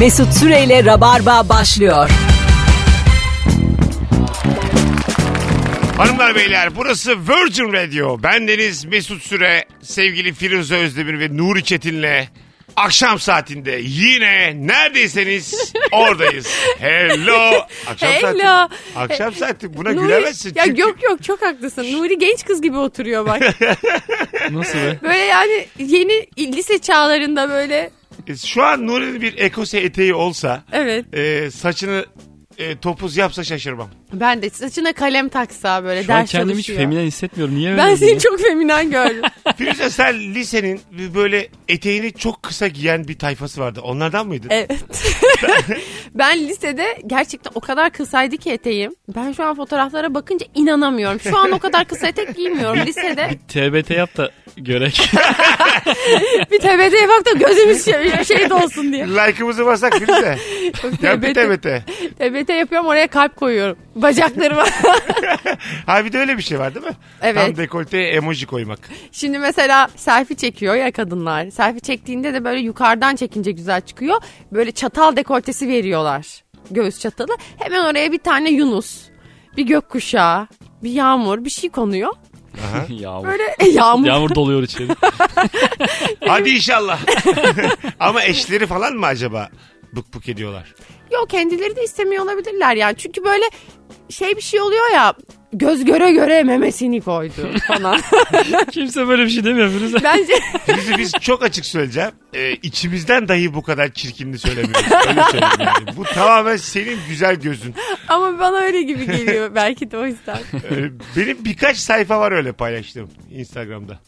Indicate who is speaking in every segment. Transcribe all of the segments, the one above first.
Speaker 1: Mesut Süreyle Rabarba başlıyor.
Speaker 2: Hanımlar beyler burası Virgin Radio. Ben Deniz Mesut Süre, sevgili Firuze Özdemir ve Nuri Çetin'le akşam saatinde yine neredeyseniz oradayız. Hello. Akşam
Speaker 3: Hello.
Speaker 2: saati. Akşam saati. Buna gülemezsin.
Speaker 3: Ya
Speaker 2: çünkü-
Speaker 3: yok yok çok haklısın. Nuri genç kız gibi oturuyor bak.
Speaker 4: Nasıl be?
Speaker 3: Böyle yani yeni lise çağlarında böyle.
Speaker 2: e, Şu an Nuri'nin bir ekose eteği olsa
Speaker 3: Evet.
Speaker 2: e, saçını e, topuz yapsa şaşırmam.
Speaker 3: Ben de saçına kalem taksa böyle
Speaker 4: Şu an
Speaker 3: ders
Speaker 4: kendimi hiç
Speaker 3: çalışıyor.
Speaker 4: feminen hissetmiyorum. Niye
Speaker 3: Ben
Speaker 4: öyle
Speaker 3: seni
Speaker 4: ya?
Speaker 3: çok feminen gördüm.
Speaker 2: Firuze sen lisenin bir böyle eteğini çok kısa giyen bir tayfası vardı. Onlardan mıydın?
Speaker 3: evet. ben lisede gerçekten o kadar kısaydı ki eteğim. Ben şu an fotoğraflara bakınca inanamıyorum. Şu an o kadar kısa etek giymiyorum lisede.
Speaker 4: TBT yap da görek.
Speaker 3: Bir TBT'ye bak da gözümüz şey, şey de olsun diye.
Speaker 2: Like'ımızı basak Firuze. ya bete bete.
Speaker 3: TBT yapıyorum oraya kalp koyuyorum. Bacaklarıma.
Speaker 2: Ha bir de öyle bir şey var değil mi?
Speaker 3: Evet.
Speaker 2: Tam dekolteye emoji koymak.
Speaker 3: Şimdi mesela selfie çekiyor ya kadınlar. Selfie çektiğinde de böyle yukarıdan çekince güzel çıkıyor. Böyle çatal dekoltesi veriyorlar. Göğüs çatalı. Hemen oraya bir tane Yunus, bir gökkuşağı, bir yağmur, bir şey konuyor.
Speaker 4: Yağmur.
Speaker 3: Böyle e, yağmur.
Speaker 4: Yağmur doluyor içeri.
Speaker 2: Hadi inşallah. Ama eşleri falan mı acaba bık bık ediyorlar?
Speaker 3: Yok kendileri de istemiyor olabilirler yani. Çünkü böyle şey bir şey oluyor ya. Göz göre göre memesini koydu falan.
Speaker 4: Kimse böyle bir şey demiyor Firuze.
Speaker 3: Bence
Speaker 2: Bizi biz çok açık söyleyeceğim. Ee, içimizden dahi bu kadar çirkinli söylemiyoruz. Öyle söyleyeyim yani. Bu tamamen senin güzel gözün.
Speaker 3: ama bana öyle gibi geliyor. Belki de o yüzden.
Speaker 2: Ee, benim birkaç sayfa var öyle paylaştığım Instagram'da.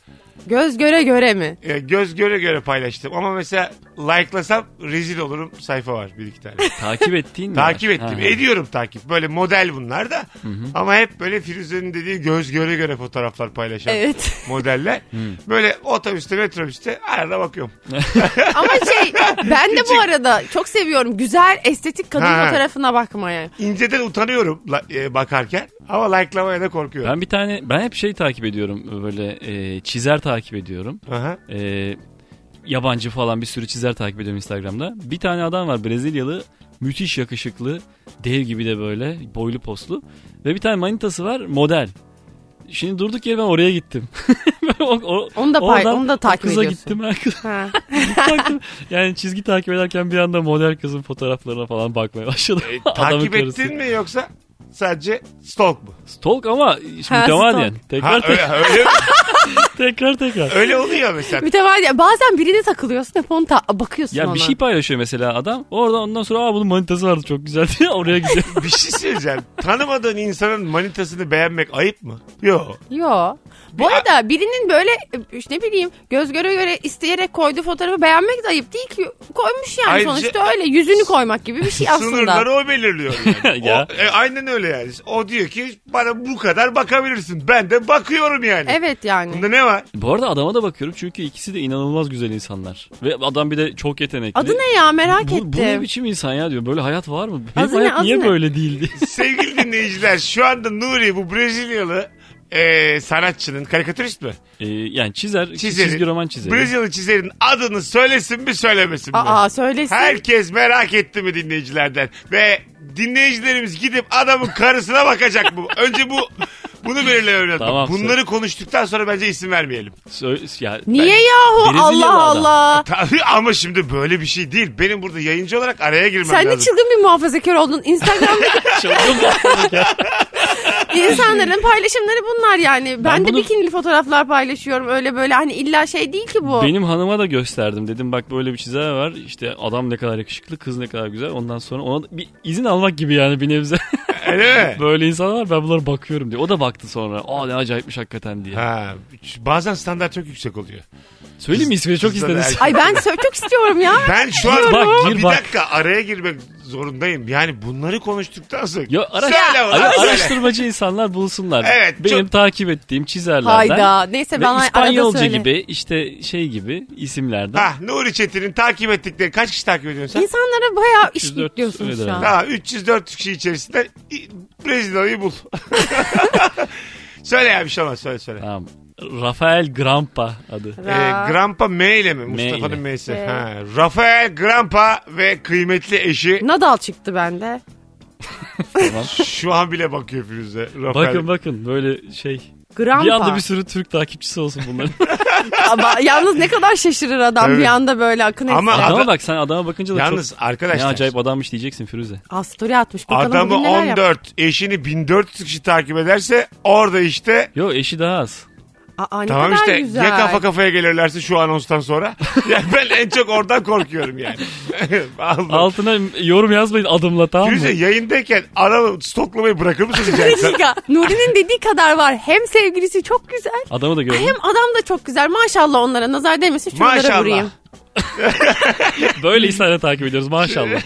Speaker 3: Göz göre göre mi?
Speaker 2: Ee, göz göre göre paylaştım. Ama mesela like'lasam rezil olurum sayfa var bir iki tane.
Speaker 4: Takip ettiğin mi?
Speaker 2: Takip ettim.
Speaker 4: Ha.
Speaker 2: Ediyorum takip. Böyle model bunlar da. Ama hep böyle Firuze'nin dediği göz göre göre fotoğraflar paylaşan
Speaker 3: Evet.
Speaker 2: modeller. Böyle otobüste metrobüste arada bakıyorum.
Speaker 3: Ama şey ben de bu arada çok seviyorum güzel estetik kadın
Speaker 2: Ha.
Speaker 3: fotoğrafına bakmayı.
Speaker 2: İnceden utanıyorum la- e, bakarken ama like'lamaya da korkuyorum.
Speaker 4: Ben bir tane ben hep şey takip ediyorum böyle e, çizer takip ediyorum.
Speaker 2: Aha.
Speaker 4: E, yabancı falan bir sürü çizer takip ediyorum Instagram'da. Bir tane adam var Brezilyalı müthiş yakışıklı dev gibi de böyle boylu poslu ve bir tane manitası var model. Şimdi durduk yere ben oraya gittim. o, o-
Speaker 3: Onu da pay-
Speaker 4: oradan
Speaker 3: onu da takip
Speaker 4: o kıza
Speaker 3: ediyorsun.
Speaker 4: gittim. her kız-
Speaker 3: Ha.
Speaker 4: baktım. Yani çizgi takip ederken bir anda model kızın fotoğraflarına falan bakmaya başladım.
Speaker 2: E,
Speaker 4: Adamın
Speaker 2: takip
Speaker 4: karısı.
Speaker 2: ettin mi yoksa sadece stalk mu?
Speaker 4: Stalk ama
Speaker 3: Ha,
Speaker 4: mütemadiyen.
Speaker 2: Ha,
Speaker 4: Tekrar,
Speaker 2: öyle, öyle,
Speaker 4: tekrar tekrar.
Speaker 2: öyle oluyor mesela.
Speaker 3: Mütevazı. Bazen birine takılıyorsun hep onu ta- bakıyorsun
Speaker 4: Ya
Speaker 3: ona.
Speaker 4: bir şey paylaşıyor mesela adam. Orada ondan sonra aa bunun manitası vardı çok güzel diye oraya gidiyor.
Speaker 2: Bir şey söyleyeceğim. Tanımadığın insanın manitasını beğenmek ayıp mı? Yok.
Speaker 3: Yo. Bu arada birinin böyle e, ne bileyim göz göre göre isteyerek koyduğu fotoğrafı beğenmek de ayıp değil ki. Koymuş yani
Speaker 2: Ayrıca-
Speaker 3: sonuçta öyle yüzünü koymak gibi bir şey aslında.
Speaker 2: Sınırları o belirliyor. Yani.
Speaker 4: Ya.
Speaker 2: O- e, aynen öyle yani. O diyor ki bana bu kadar bakabilirsin. Ben de bakıyorum yani.
Speaker 3: Evet yani.
Speaker 2: Bunda ne var?
Speaker 4: Bu arada adama da bakıyorum çünkü ikisi de inanılmaz güzel insanlar. Ve adam bir de çok yetenekli.
Speaker 3: Adı ne ya merak
Speaker 4: Bu,
Speaker 3: ettim.
Speaker 4: bu ne biçim insan ya diyor. Böyle hayat var mı? Benim
Speaker 3: Adı ne,
Speaker 4: hayat
Speaker 3: adı
Speaker 4: niye
Speaker 3: ne?
Speaker 4: böyle değildi?
Speaker 2: Sevgili dinleyiciler şu anda Nuri bu Brezilyalı e, sanatçının karikatürist mi?
Speaker 4: Ee, yani çizer,
Speaker 2: Çizeri.
Speaker 4: çizgi roman çizeri.
Speaker 2: Brezilyalı çizerin adını söylesin mi söylemesin mi?
Speaker 3: Aa söylesin.
Speaker 2: Herkes merak etti mi dinleyicilerden? Ve dinleyicilerimiz gidip adamın karısına bakacak mı? Önce bu bunu belirleyelim.
Speaker 4: Tamam,
Speaker 2: Bunları konuştuktan sonra bence isim vermeyelim.
Speaker 4: Sö- ya, ben-
Speaker 3: Niye yahu
Speaker 4: Brezilyalı
Speaker 3: Allah
Speaker 4: adam.
Speaker 3: Allah.
Speaker 2: Tabii ama şimdi böyle bir şey değil. Benim burada yayıncı olarak araya girmem
Speaker 3: Sen de
Speaker 2: lazım.
Speaker 3: çılgın bir muhafazakar oldun. Instagram'da İnsanların paylaşımları bunlar yani. Ben, de
Speaker 4: bunu-
Speaker 3: bikinili fotoğraflar paylaşıyorum. Öyle böyle hani illa şey değil ki bu.
Speaker 4: Benim hanıma da gösterdim. Dedim bak böyle bir çizer var. İşte adam ne kadar yakışıklı, kız ne kadar güzel. Ondan sonra ona da bir izin almak gibi yani bir nebze.
Speaker 2: Öyle mi?
Speaker 4: böyle insanlar var ben bunlara bakıyorum diye. O da baktı sonra. Aa ne acayipmiş hakikaten diye.
Speaker 2: Ha, bazen standart çok yüksek oluyor.
Speaker 4: Söyleyeyim mi ismini çok
Speaker 2: Kızlar
Speaker 4: istediniz.
Speaker 2: erkek-
Speaker 3: Ay ben sö- çok istiyorum ya.
Speaker 2: Ben şu an
Speaker 4: Bak, gir
Speaker 2: bir
Speaker 4: bak.
Speaker 2: dakika araya girmek zorundayım. Yani bunları konuştuktan sonra
Speaker 4: Ya ara-
Speaker 2: Söyle ulan,
Speaker 4: ara-
Speaker 2: söyle.
Speaker 4: araştırmacı insanlar bulsunlar.
Speaker 2: Evet,
Speaker 4: Benim
Speaker 2: çok-
Speaker 4: takip ettiğim çizerlerden.
Speaker 3: Hayda. Neyse
Speaker 4: Ve
Speaker 3: bana arada
Speaker 4: İspanyolca
Speaker 3: söyle.
Speaker 4: gibi işte şey gibi isimlerden.
Speaker 2: Ha, Nuri Çetin'in takip ettikleri kaç kişi takip ediyorsun sen?
Speaker 3: İnsanlara bayağı iş
Speaker 4: 304
Speaker 3: yüklüyorsunuz şu
Speaker 4: öyle
Speaker 3: an.
Speaker 4: demek.
Speaker 2: Ha, 304 kişi içerisinde i- Brezilya'yı bul. söyle ya bir şey olmaz söyle söyle.
Speaker 4: Tamam. Rafael Grampa adı.
Speaker 2: Ee, Grampa M ile mi? Mustafa'nın
Speaker 4: ile.
Speaker 2: M'si.
Speaker 3: M.
Speaker 2: Ha. Rafael Grampa ve kıymetli eşi
Speaker 3: Nadal çıktı bende.
Speaker 2: şu an bile bakıyor Firuze. Rafael.
Speaker 4: Bakın bakın böyle şey.
Speaker 3: Grampa.
Speaker 4: Bir anda bir sürü Türk takipçisi olsun bunların.
Speaker 3: Ama yalnız ne kadar şaşırır adam
Speaker 2: Evet.
Speaker 3: bir anda böyle akın
Speaker 2: Ama
Speaker 3: etsin.
Speaker 4: adama
Speaker 2: ada-
Speaker 4: bak sen adama bakınca da
Speaker 2: Yalnız
Speaker 4: çok ne
Speaker 2: arkadaşlar.
Speaker 4: acayip adammış diyeceksin Firuze.
Speaker 3: Aa, story atmış. Bakalım
Speaker 2: Adamı
Speaker 3: bugün neler yaptı.
Speaker 2: 14, eşini 1400 kişi takip ederse orada işte
Speaker 4: Yo eşi daha az.
Speaker 3: Aa, ne
Speaker 2: tamam
Speaker 3: kadar
Speaker 2: işte
Speaker 3: güzel.
Speaker 2: ya kafa kafaya gelirlerse şu anonstan sonra. ya ben en çok oradan korkuyorum yani. Allah.
Speaker 4: Altına yorum yazmayın adımla tamam mı?
Speaker 2: Firuze yayındayken aramı stoklamayı bırakır mısın rica
Speaker 3: Bir
Speaker 2: etsem?
Speaker 3: dakika. Nuri'nin dediği kadar var. Hem sevgilisi çok güzel.
Speaker 4: Adamı da gördüm.
Speaker 3: Hem adam da çok güzel. Maşallah onlara nazar değmesin. Şuralara
Speaker 2: Maşallah.
Speaker 3: vurayım.
Speaker 4: Böyle insanları takip ediyoruz maşallah.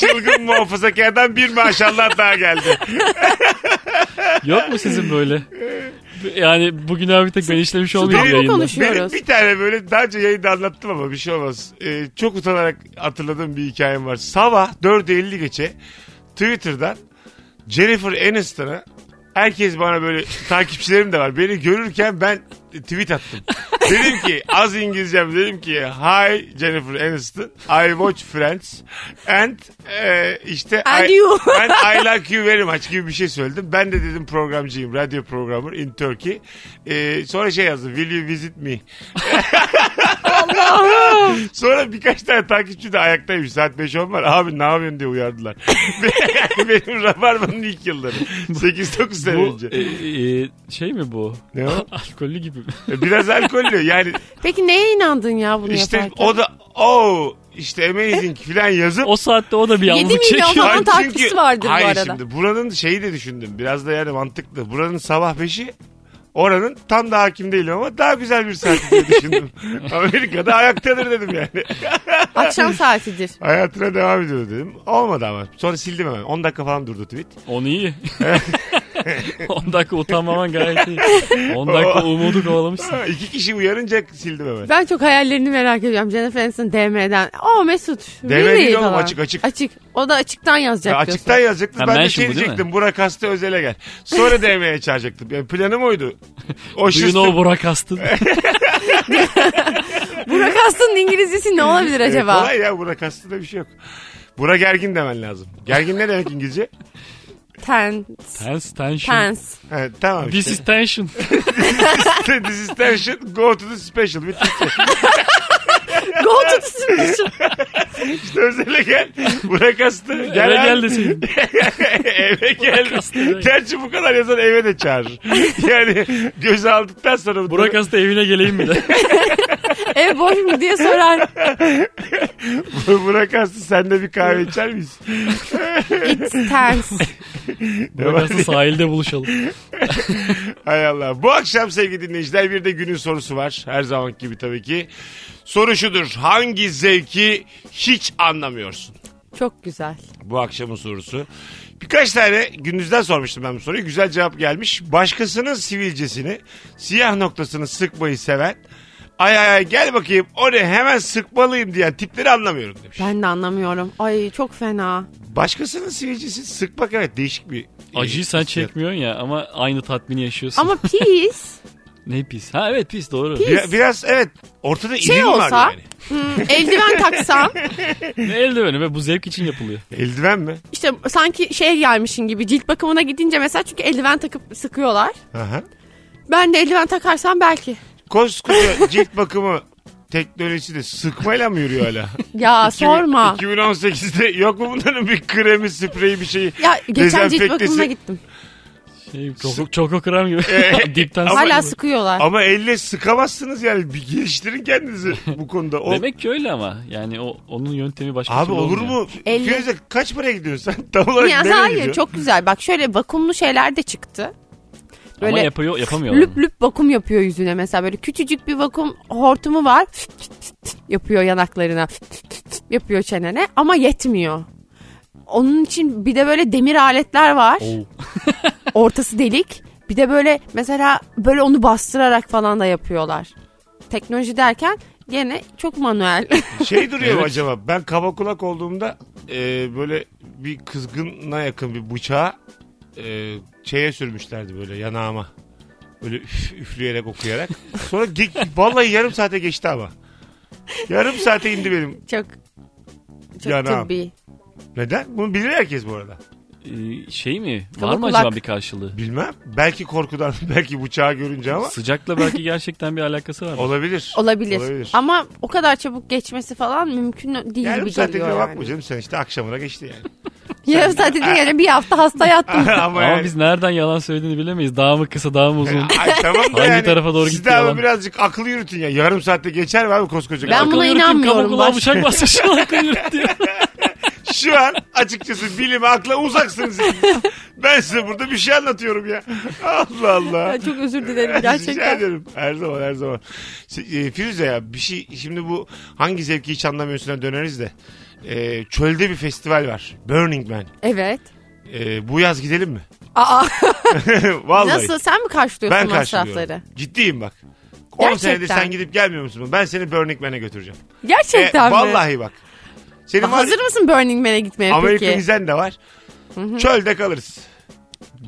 Speaker 2: Çılgın muhafazakardan bir maşallah daha geldi.
Speaker 4: Yok mu sizin böyle? Yani bugün abi tek ben işlemiş olmayayım
Speaker 3: Tamam,
Speaker 4: yayında.
Speaker 3: konuş.
Speaker 2: Benim
Speaker 3: Konuşuyoruz.
Speaker 2: bir tane böyle daha önce yayında anlattım ama bir şey olmaz. Ee, çok utanarak hatırladığım bir hikayem var. Sabah 4.50 geçe Twitter'dan Jennifer Aniston'a herkes bana böyle takipçilerim de var. Beni görürken ben tweet attım. dedim ki az İngilizcem dedim ki hi Jennifer Aniston I watch Friends and e, işte
Speaker 3: And
Speaker 2: I,
Speaker 3: you."
Speaker 2: and I like you very much gibi bir şey söyledim. Ben de dedim programcıyım radyo programı in Turkey. E, sonra şey yazdı will you visit me Sonra birkaç tane takipçi de ayaktaymış. Saat 5 10 var. Abi ne yapıyorsun diye uyardılar. Benim Rabarba'nın ilk yılları. 8-9 sene
Speaker 4: Bu
Speaker 2: önce.
Speaker 4: e, e, şey mi bu?
Speaker 2: Ne o? E,
Speaker 4: Alkollü gibi.
Speaker 2: Biraz alkollü. Yani
Speaker 3: Peki neye inandın ya bunu
Speaker 2: işte
Speaker 3: yaparken?
Speaker 2: o da o işte amazing falan yazıp
Speaker 4: O saatte o da bir
Speaker 3: Yedi
Speaker 4: yalnızlık
Speaker 3: milyon
Speaker 4: çekiyor.
Speaker 3: falan.
Speaker 2: Ay
Speaker 3: takipçisi vardır bu
Speaker 2: Hayır
Speaker 3: arada.
Speaker 2: şimdi buranın şeyi de düşündüm. Biraz da yani mantıklı. Buranın sabah 5'i Oranın tam da hakim değilim ama daha güzel bir saat diye düşündüm. Amerika'da ayaktadır dedim yani.
Speaker 3: Akşam saatidir.
Speaker 2: Hayatına devam ediyor dedim. Olmadı ama. Sonra sildim hemen. 10 dakika falan durdu tweet.
Speaker 4: Onu iyi. 10 dakika utanmaman gayet iyi. 10 dakika umudu kovalamışsın.
Speaker 2: Ha, İki kişi uyarınca sildim hemen.
Speaker 3: Ben çok hayallerini merak ediyorum. Jennifer Aniston DM'den. Aa Mesut.
Speaker 2: DM
Speaker 3: really
Speaker 2: değil oğlum,
Speaker 3: falan.
Speaker 2: açık, açık.
Speaker 3: Açık. O da açıktan yazacak
Speaker 2: Ya
Speaker 3: diyorsun.
Speaker 2: açıktan yazacaktım.
Speaker 4: Ha,
Speaker 2: Ben de şey
Speaker 4: mention bu değil mi?
Speaker 2: diyecektim. Burak hasta özele gel. Sonra DM'ye çağıracaktım. Yani planım oydu. O
Speaker 4: Do you
Speaker 2: şiştim.
Speaker 4: know Burak Astın?
Speaker 3: Burak Aslı'nın İngilizcesi ne olabilir
Speaker 2: Evet,
Speaker 3: acaba?
Speaker 2: kolay ya Burak hasta da bir şey yok. Burak gergin demen lazım. Gergin ne demek İngilizce?
Speaker 3: Tense.
Speaker 4: Tense, tension.
Speaker 3: Tense.
Speaker 2: Ha, tamam
Speaker 4: This
Speaker 2: işte.
Speaker 4: is tension.
Speaker 2: This is tension. Go to the special. Bitti.
Speaker 3: Go to the solution.
Speaker 2: İşte özele gel. Burak hasta. Gel
Speaker 4: Eve
Speaker 2: abi.
Speaker 4: gel desin.
Speaker 2: eve gel.
Speaker 4: hasta.
Speaker 2: Gerçi bu kadar yazan eve de çağırır. Yani göze aldıktan sonra.
Speaker 4: Burak Astı evine geleyim mi de.
Speaker 3: Ev boş mu diye sorar.
Speaker 2: Burak Aslı sen de bir kahve içer miyiz?
Speaker 3: It's tense.
Speaker 4: Burak Astı sahilde buluşalım.
Speaker 2: Hay Allah. Bu akşam sevgili dinleyiciler bir de günün sorusu var. Her zamanki gibi tabii ki. Soru şudur. Hangi zevki hiç anlamıyorsun?
Speaker 3: Çok güzel.
Speaker 2: Bu akşamın sorusu. Birkaç tane gününüzden sormuştum ben bu soruyu. Güzel cevap gelmiş. Başkasının sivilcesini, siyah noktasını sıkmayı seven, ay ay ay gel bakayım o ne hemen sıkmalıyım diyen tipleri anlamıyorum demiş.
Speaker 3: Ben de anlamıyorum. Ay çok fena.
Speaker 2: Başkasının sivilcesi sıkmak evet değişik bir... e,
Speaker 4: Acıyı sen
Speaker 2: hissiyat.
Speaker 4: çekmiyorsun ya ama aynı tatmini yaşıyorsun.
Speaker 3: Ama pis.
Speaker 4: Ne pis. Ha evet pis doğru.
Speaker 2: Bir- biraz evet ortada
Speaker 3: Şey
Speaker 2: ilim var
Speaker 3: olsa-
Speaker 2: yani.
Speaker 3: Hmm, eldiven taksam
Speaker 4: Ne eldiveni be bu zevk için yapılıyor.
Speaker 2: Eldiven mi?
Speaker 3: işte sanki şey gelmişin gibi cilt bakımına gidince mesela çünkü eldiven takıp sıkıyorlar.
Speaker 2: Aha.
Speaker 3: Ben de eldiven takarsam belki.
Speaker 2: Koskoca cilt bakımı teknolojisi de sıkmayla mı yürüyor hala?
Speaker 3: Ya sorma.
Speaker 2: 2018'de yok mu bunların bir kremi, spreyi bir şeyi?
Speaker 3: Ya geçen cilt
Speaker 2: dezenfektesi?
Speaker 3: bakımına gittim.
Speaker 4: Şey, çok, çok kram gibi. Dipten
Speaker 3: Hala
Speaker 4: sıkıyor.
Speaker 3: sıkıyorlar.
Speaker 2: Ama elle sıkamazsınız yani. Bir geliştirin kendinizi bu konuda. O,
Speaker 4: Demek ki öyle ama. Yani o, onun yöntemi başka
Speaker 2: Abi
Speaker 4: türlü
Speaker 2: olur
Speaker 4: olmuyor.
Speaker 2: mu?
Speaker 3: Elle-
Speaker 2: Firuze kaç paraya gidiyorsun sen? Tam olarak
Speaker 3: Ya
Speaker 2: nereye
Speaker 3: hayır
Speaker 2: gidiyorsun?
Speaker 3: çok güzel. Bak şöyle vakumlu şeyler de çıktı.
Speaker 4: Ama
Speaker 3: Böyle
Speaker 4: yapıyor, yapamıyorlar.
Speaker 3: lüp lüp vakum yapıyor yüzüne mesela böyle küçücük bir vakum hortumu var. yapıyor yanaklarına. yapıyor çenene ama yetmiyor. Onun için bir de böyle demir aletler var.
Speaker 4: Oo.
Speaker 3: Ortası delik. Bir de böyle mesela böyle onu bastırarak falan da yapıyorlar. Teknoloji derken gene çok manuel.
Speaker 2: Şey duruyor mu
Speaker 4: Evet.
Speaker 2: acaba? Ben kaba kulak olduğumda e, böyle bir kızgına yakın bir bıçağı e, şeye sürmüşlerdi böyle yanağıma. Böyle üf- üfleyerek okuyarak. Sonra ge- vallahi yarım saate geçti ama. Yarım saate indi benim.
Speaker 3: Çok çok
Speaker 2: Yanağım.
Speaker 3: tıbbi.
Speaker 2: Neden? Bunu bilir herkes bu arada.
Speaker 4: Ee, şey mi?
Speaker 3: Kaba
Speaker 4: Var mı
Speaker 3: kulak.
Speaker 4: acaba bir karşılığı?
Speaker 2: Bilmem. Belki korkudan, belki bıçağı görünce ama.
Speaker 4: Sıcakla belki gerçekten bir alakası var.
Speaker 2: Olabilir.
Speaker 3: Olabilir.
Speaker 2: Olabilir.
Speaker 3: Ama o kadar çabuk geçmesi falan mümkün değil
Speaker 2: Yarım
Speaker 3: gibi
Speaker 2: saate
Speaker 3: geliyor
Speaker 2: diyor
Speaker 3: yani.
Speaker 2: bakma canım sen işte akşamına geçti yani.
Speaker 3: Yarım saat dediğin yani bir hafta hasta yattım.
Speaker 2: ama
Speaker 4: Ama
Speaker 2: yani.
Speaker 4: biz nereden yalan söylediğini bilemeyiz. Daha mı kısa daha mı uzun?
Speaker 2: Ay, tamam da
Speaker 4: Hangi
Speaker 2: yani.
Speaker 4: tarafa doğru
Speaker 2: Siz
Speaker 4: gitti
Speaker 2: de ama
Speaker 4: yalan?
Speaker 2: birazcık akıl yürütün ya. Yarım saatte geçer mi abi koskoca?
Speaker 3: Ben
Speaker 2: kadın?
Speaker 3: buna
Speaker 4: yürütün,
Speaker 3: inanmıyorum.
Speaker 4: Kamu kulağı
Speaker 3: Baş-
Speaker 4: bıçak basmış lan yürüt diyor.
Speaker 2: Şu an açıkçası bilime akla uzaksınız. ben size burada bir şey anlatıyorum ya. Allah Allah.
Speaker 3: Ya çok özür dilerim
Speaker 2: Rica
Speaker 3: gerçekten.
Speaker 2: ederim. Her zaman her zaman. Se- e, Firuze ya bir şey şimdi bu hangi zevki hiç anlamıyorsun'a döneriz de. E, çölde bir festival var. Burning Man.
Speaker 3: Evet.
Speaker 2: E, bu yaz gidelim mi?
Speaker 3: Aa,
Speaker 2: Vallahi.
Speaker 3: nasıl sen mi karşılıyorsun
Speaker 2: Ben karşılıyorum.
Speaker 3: masrafları?
Speaker 2: Ciddiyim bak. 10
Speaker 3: Gerçekten.
Speaker 2: senede sen gidip gelmiyor musun? Ben seni Burning Man'e götüreceğim.
Speaker 3: Gerçekten
Speaker 2: E,
Speaker 3: mi?
Speaker 2: Vallahi hani bak. Senin var,
Speaker 3: Hazır mısın Burning Man'e gitmeye
Speaker 2: Amerika
Speaker 3: peki?
Speaker 2: vizen de var. Çölde kalırız.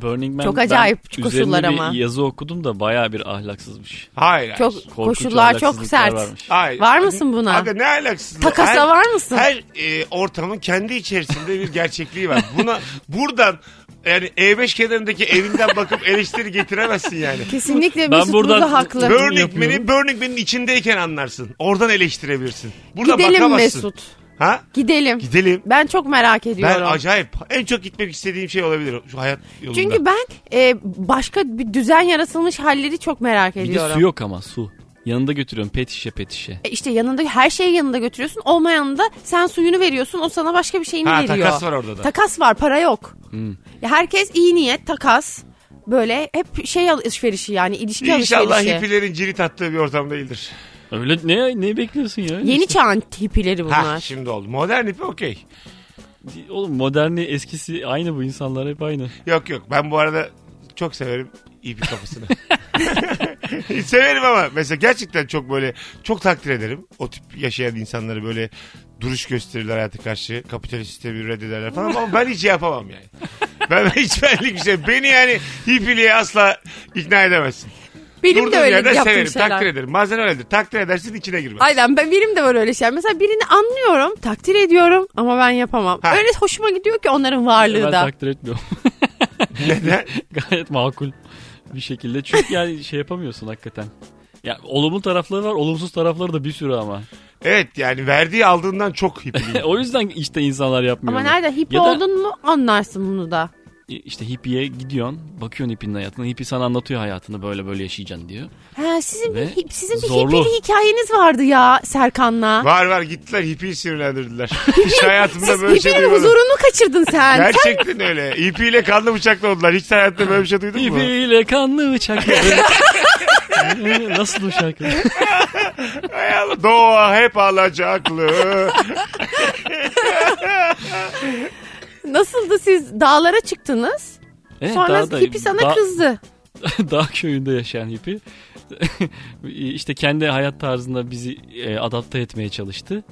Speaker 4: Burning Man
Speaker 3: Çok acayip
Speaker 4: ben
Speaker 3: koşullar
Speaker 4: üzerine
Speaker 3: ama.
Speaker 4: bir yazı okudum da baya bir ahlaksızmış.
Speaker 2: Hayır.
Speaker 3: Çok
Speaker 2: hayır.
Speaker 4: Korkunç
Speaker 3: koşullar çok
Speaker 4: ahlaksızlıklar
Speaker 3: sert.
Speaker 4: varmış.
Speaker 2: Hayır.
Speaker 3: Var mısın buna?
Speaker 2: Aga ne alakası?
Speaker 3: Takasa var mısın?
Speaker 2: Her e, ortamın kendi içerisinde bir gerçekliği var. Buna buradan yani E5 kenarındaki evinden bakıp eleştiri getiremezsin yani.
Speaker 3: Kesinlikle
Speaker 4: Ben
Speaker 3: Mesut
Speaker 4: buradan-
Speaker 3: burada haklı.
Speaker 4: Böyle-
Speaker 2: Burning Man'i
Speaker 4: yapıyorum.
Speaker 2: Burning Man'in içindeyken anlarsın. Oradan eleştirebilirsin. Burada
Speaker 3: Gidelim
Speaker 2: bakamazsın.
Speaker 3: Mesut.
Speaker 2: Ha?
Speaker 3: Gidelim.
Speaker 2: Gidelim.
Speaker 3: Ben çok merak
Speaker 2: Ben
Speaker 3: ediyorum.
Speaker 2: acayip en çok gitmek istediğim şey olabilir şu hayat yolunda.
Speaker 3: Çünkü ben e, başka bir düzen yaratılmış halleri çok merak
Speaker 4: Bir de
Speaker 3: ediyorum.
Speaker 4: su yok ama su. Yanında götürüyorum pet şişe pet şişe.
Speaker 3: E işte yanında her şeyi yanında götürüyorsun. Olmayanı da sen suyunu veriyorsun. O sana başka bir şeyini
Speaker 2: Ha,
Speaker 3: veriyor.
Speaker 2: takas var orada Hmm. da.
Speaker 3: Takas var, para yok. Ya herkes iyi niyet, takas. Böyle hep şey alışverişi yani ilişki
Speaker 2: İnşallah
Speaker 3: alışverişi.
Speaker 2: hippilerin cirit attığı bir ortam değildir.
Speaker 4: Öyle ne ne bekliyorsun ya?
Speaker 3: Yeni çağın hippileri bunlar.
Speaker 2: Ha şimdi oldu. Modern hippi okey.
Speaker 4: Oğlum moderni eskisi aynı bu insanlar hep aynı.
Speaker 2: Yok yok ben bu arada çok severim ipi kafasını. severim ama mesela gerçekten çok böyle çok takdir ederim. O tip yaşayan insanları böyle duruş gösterirler hayata karşı. Kapitalist sistemi reddederler falan ama ben hiç şey yapamam yani. Ben hiç benlik bir şey. Beni yani hippiliğe asla ikna edemezsin.
Speaker 3: benim
Speaker 2: Durduğum
Speaker 3: de öyle
Speaker 2: yerde
Speaker 3: yaptığım
Speaker 2: severim,
Speaker 3: şeyler.
Speaker 2: takdir ederim. Bazen öyledir. Takdir edersin içine girmez.
Speaker 3: Aynen ben benim de var öyle şeyler. Mesela birini anlıyorum, takdir ediyorum ama ben yapamam.
Speaker 2: Ha.
Speaker 3: Öyle hoşuma gidiyor ki onların varlığı
Speaker 4: ben
Speaker 3: da.
Speaker 4: takdir etmiyorum.
Speaker 2: Neden?
Speaker 4: Gayet makul bir şekilde. Çünkü yani şey yapamıyorsun hakikaten. Ya olumlu tarafları var, olumsuz tarafları da bir sürü ama.
Speaker 2: Evet yani verdiği aldığından çok hippiliyim.
Speaker 4: o yüzden işte insanlar yapmıyor.
Speaker 3: ama
Speaker 4: bunu.
Speaker 3: nerede hippi
Speaker 4: Ya da-
Speaker 3: oldun mu anlarsın bunu da.
Speaker 4: İşte hippiye gidiyorsun, bakıyorsun hippinin hayatına. Hippi sana anlatıyor hayatını böyle böyle yaşayacaksın diyor.
Speaker 3: Ha, sizin bir,
Speaker 4: Ve
Speaker 3: hip- sizin bir
Speaker 4: zorlu.
Speaker 3: hippili hikayeniz vardı ya Serkan'la.
Speaker 2: Var var gittiler hippiyi sinirlendirdiler. Hiç hayatımda
Speaker 3: Siz
Speaker 2: böyle şey
Speaker 3: hippinin
Speaker 2: duymadım.
Speaker 3: huzurunu kaçırdın sen. sen
Speaker 2: Gerçekten öyle. İpiyle kanlı bıçakla oldular. Hiç hayatımda böyle bir şey duydun mu?
Speaker 4: Hippiyle kanlı bıçak. Nasıl o şarkı?
Speaker 2: Hay Allah, Doğa hep alacaklı.
Speaker 3: Nasıldı siz dağlara çıktınız?
Speaker 4: Evet,
Speaker 3: Sonra
Speaker 4: daha da-
Speaker 3: hippi sana
Speaker 4: daha-
Speaker 3: kızdı.
Speaker 4: dağ köyünde yaşayan hippi işte kendi hayat tarzında bizi e, adapte etmeye çalıştı.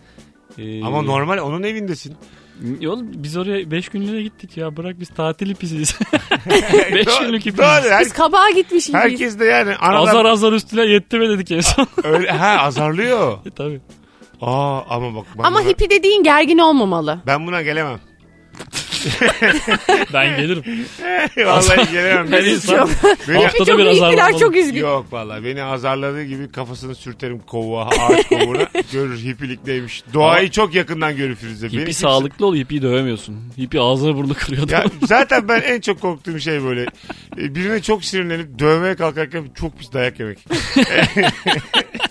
Speaker 4: E,
Speaker 2: Ama normal onun evindesin.
Speaker 4: Oğlum biz oraya 5 günlüğüne gittik ya bırak biz tatil hipisiyiz. 5
Speaker 2: Doğru-
Speaker 4: günlük
Speaker 2: doğru.
Speaker 4: hipisiyiz.
Speaker 2: Her-
Speaker 3: Biz kabağa gitmiş gibiyiz.
Speaker 2: herkes de yani anadan
Speaker 4: Azar azar üstüne yetti mi dedik en son.
Speaker 2: öyle, ha, azarlıyor.
Speaker 4: E, Tabii.
Speaker 2: Aa, ama bak ben,
Speaker 3: Ama
Speaker 2: buna,
Speaker 3: hippi dediğin gergin olmamalı.
Speaker 2: ben buna gelemem.
Speaker 4: Ben gelirim.
Speaker 2: vallahi gelemem.
Speaker 4: Ben insan.
Speaker 2: Beni-
Speaker 4: Haftada
Speaker 3: çok
Speaker 4: bir azar
Speaker 3: hippiler
Speaker 4: olmalı.
Speaker 3: çok üzgün.
Speaker 2: Yok vallahi beni azarladığı gibi kafasını sürterim kovuğa, ağaç kovuğuna. Görür hippilik neymiş. Doğayı çok yakından görür Firuze. Beni
Speaker 4: Hippi
Speaker 2: kimse-
Speaker 4: sağlıklı ol hippiyi dövemiyorsun. Hippi ağzını burnunu kırıyordu.
Speaker 2: Ya zaten ben en çok korktuğum şey böyle. e, Birine çok sinirlenip dövmeye kalkarken çok pis dayak yemek.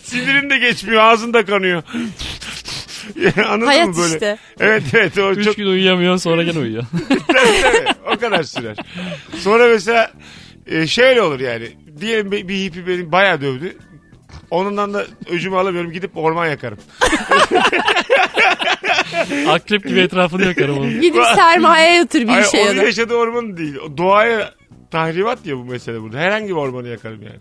Speaker 2: Sinirin de geçmiyor, ağzın da kanıyor. Ya, Anladın
Speaker 3: Hayat
Speaker 2: mı böyle?
Speaker 3: işte.
Speaker 2: Evet evet o
Speaker 4: 3
Speaker 2: çok
Speaker 4: gün uyuyamıyorsun sonra gene uyuyorsun.
Speaker 2: tabii, tabii. o kadar sürer. Sonra mesela e, şöyle olur yani. Diyelim bir, bir hippi beni bayağı dövdü. Onundan da öcümü alamıyorum gidip orman yakarım.
Speaker 4: Akrep gibi etrafını yakarım onun.
Speaker 3: Gidip sermaye yatır bir şey
Speaker 2: Hayır,
Speaker 3: işe
Speaker 2: onun
Speaker 3: ya da.
Speaker 2: yaşadığı orman değil. Doğaya tahribat ya bu mesele burada. Herhangi bir ormanı yakarım yani.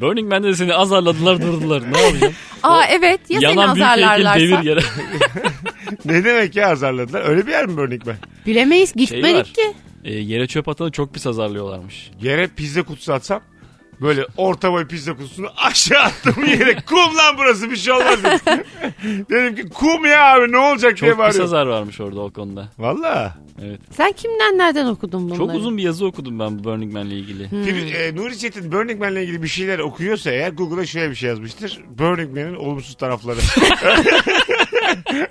Speaker 4: Burning Man'de de seni azarladılar durdular. Ne oluyor?
Speaker 3: Aa evet ya seni
Speaker 4: Yanan büyük heykel devir
Speaker 3: azarlarlarsa.
Speaker 4: yere.
Speaker 2: Ne demek ya azarladılar? Öyle bir yer mi Burning Man?
Speaker 3: Bilemeyiz
Speaker 4: Şey var.
Speaker 3: gitmedik ki.
Speaker 4: E, yere çöp atanı çok pis azarlıyorlarmış.
Speaker 2: Yere pizza kutusu atsam Böyle orta boy pizza kutusunu aşağı attım yere. Kum lan burası bir şey olmaz dedim. dedim ki kum ya abi ne olacak diye
Speaker 4: Çok kısa
Speaker 2: bağırıyorum.
Speaker 4: zar varmış orada o konuda.
Speaker 2: Valla.
Speaker 4: Evet.
Speaker 3: Sen kimden nereden okudun bunları?
Speaker 4: Çok uzun bir yazı okudum ben bu Burning Man'le ilgili.
Speaker 2: Fir-
Speaker 4: Hmm.
Speaker 2: e, Nuri Çetin Burning Man'le ilgili bir şeyler okuyorsa eğer Google'a şöyle bir şey yazmıştır. Burning Man'in olumsuz tarafları.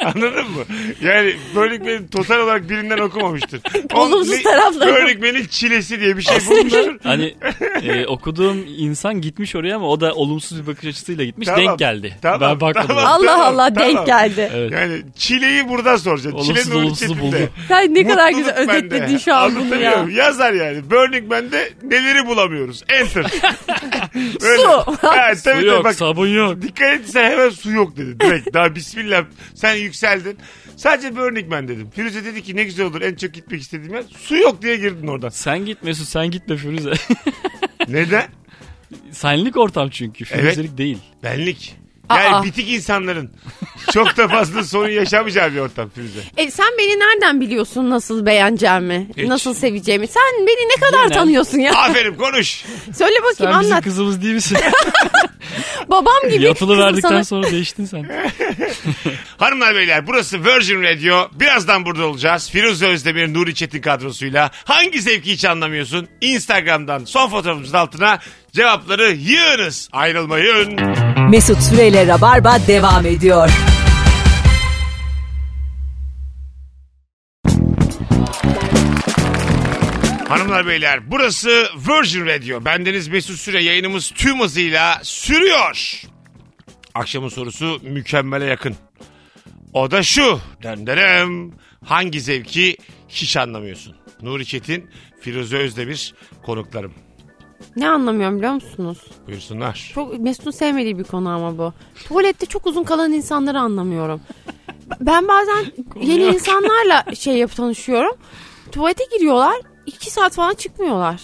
Speaker 2: Anladın mı? Yani Burning Man'i total olarak birinden okumamıştır.
Speaker 3: Olumsuz
Speaker 2: Ne-
Speaker 3: tarafları.
Speaker 2: Burning Man'in çilesi diye bir şey bulmuştur.
Speaker 4: Hani e, okuduğum insan gitmiş oraya ama o da olumsuz bir bakış açısıyla gitmiş
Speaker 2: Tamam,
Speaker 4: denk geldi.
Speaker 2: tamam,
Speaker 4: ben bakmadım.
Speaker 2: tamam.
Speaker 3: Allah Allah
Speaker 2: Tamam.
Speaker 3: denk geldi.
Speaker 4: Evet.
Speaker 2: Yani çileyi buradan soracaksın.
Speaker 4: Olumsuz
Speaker 2: Çile Nuri
Speaker 4: olumsuzu
Speaker 2: Çetin'de.
Speaker 4: buldum.
Speaker 3: Sen ne kadar
Speaker 2: Mutluluk
Speaker 3: güzel
Speaker 2: bende.
Speaker 3: özetledin şu an bunu ya.
Speaker 2: Anlatabiliyor muyum? Yazar yani. Burning Man'de neleri bulamıyoruz. Enter. Böyle.
Speaker 3: Su.
Speaker 2: Ha, tabii,
Speaker 4: Su
Speaker 2: tabii.
Speaker 4: yok,
Speaker 2: Bak,
Speaker 4: sabun yok.
Speaker 2: Dikkat et sen hemen su yok dedi. Direkt daha bismillah sen yükseldin. Sadece Burning Man dedim. Firuze dedi ki ne güzel olur en çok gitmek istediğim yer. Su yok diye girdin oradan.
Speaker 4: Sen git Mesut sen gitme Firuze.
Speaker 2: Neden?
Speaker 4: Senlik ortam çünkü. Firuzelik değil.
Speaker 2: Benlik. Yani
Speaker 3: Aa.
Speaker 2: bitik insanların çok da fazla sorun yaşamayacağı bir ortam Firuze.
Speaker 3: E, sen beni nereden biliyorsun nasıl beğeneceğimi?
Speaker 2: Hiç.
Speaker 3: Nasıl seveceğimi? Sen beni ne kadar
Speaker 4: Genel.
Speaker 3: tanıyorsun ya?
Speaker 2: Aferin konuş.
Speaker 3: Söyle
Speaker 4: Sen
Speaker 3: bakayım
Speaker 4: bizim
Speaker 3: anlat.
Speaker 4: kızımız değil misin?
Speaker 3: Babam gibi
Speaker 4: Yatılı
Speaker 3: kızım
Speaker 4: verdikten
Speaker 3: sana-
Speaker 4: sonra değiştin sen.
Speaker 2: Hanımlar beyler burası Virgin Radio. Birazdan burada olacağız. Firuze Özdemir, Nuri Çetin kadrosuyla. Hangi zevki hiç anlamıyorsun? Instagram'dan son fotoğrafımızın altına cevapları yığınız. Ayrılmayın.
Speaker 1: Mesut Süreyle Rabarba devam ediyor.
Speaker 2: Hanımlar beyler burası Virgin Radio. Bendeniz Mesut Süre yayınımız tüm hızıyla sürüyor. Akşamın sorusu mükemmele yakın. O da şu. Denderem. Hangi zevki hiç anlamıyorsun? Nuri Çetin, Firuze Özdemir konuklarım.
Speaker 3: Ne anlamıyorum biliyor musunuz?
Speaker 2: Buyursunlar.
Speaker 3: Çok Mesut'un sevmediği bir konu ama bu. Tuvalette çok uzun kalan insanları anlamıyorum. B- Ben bazen yeni insanlarla şey yapıp tanışıyorum. Tuvalete giriyorlar. iki saat falan çıkmıyorlar.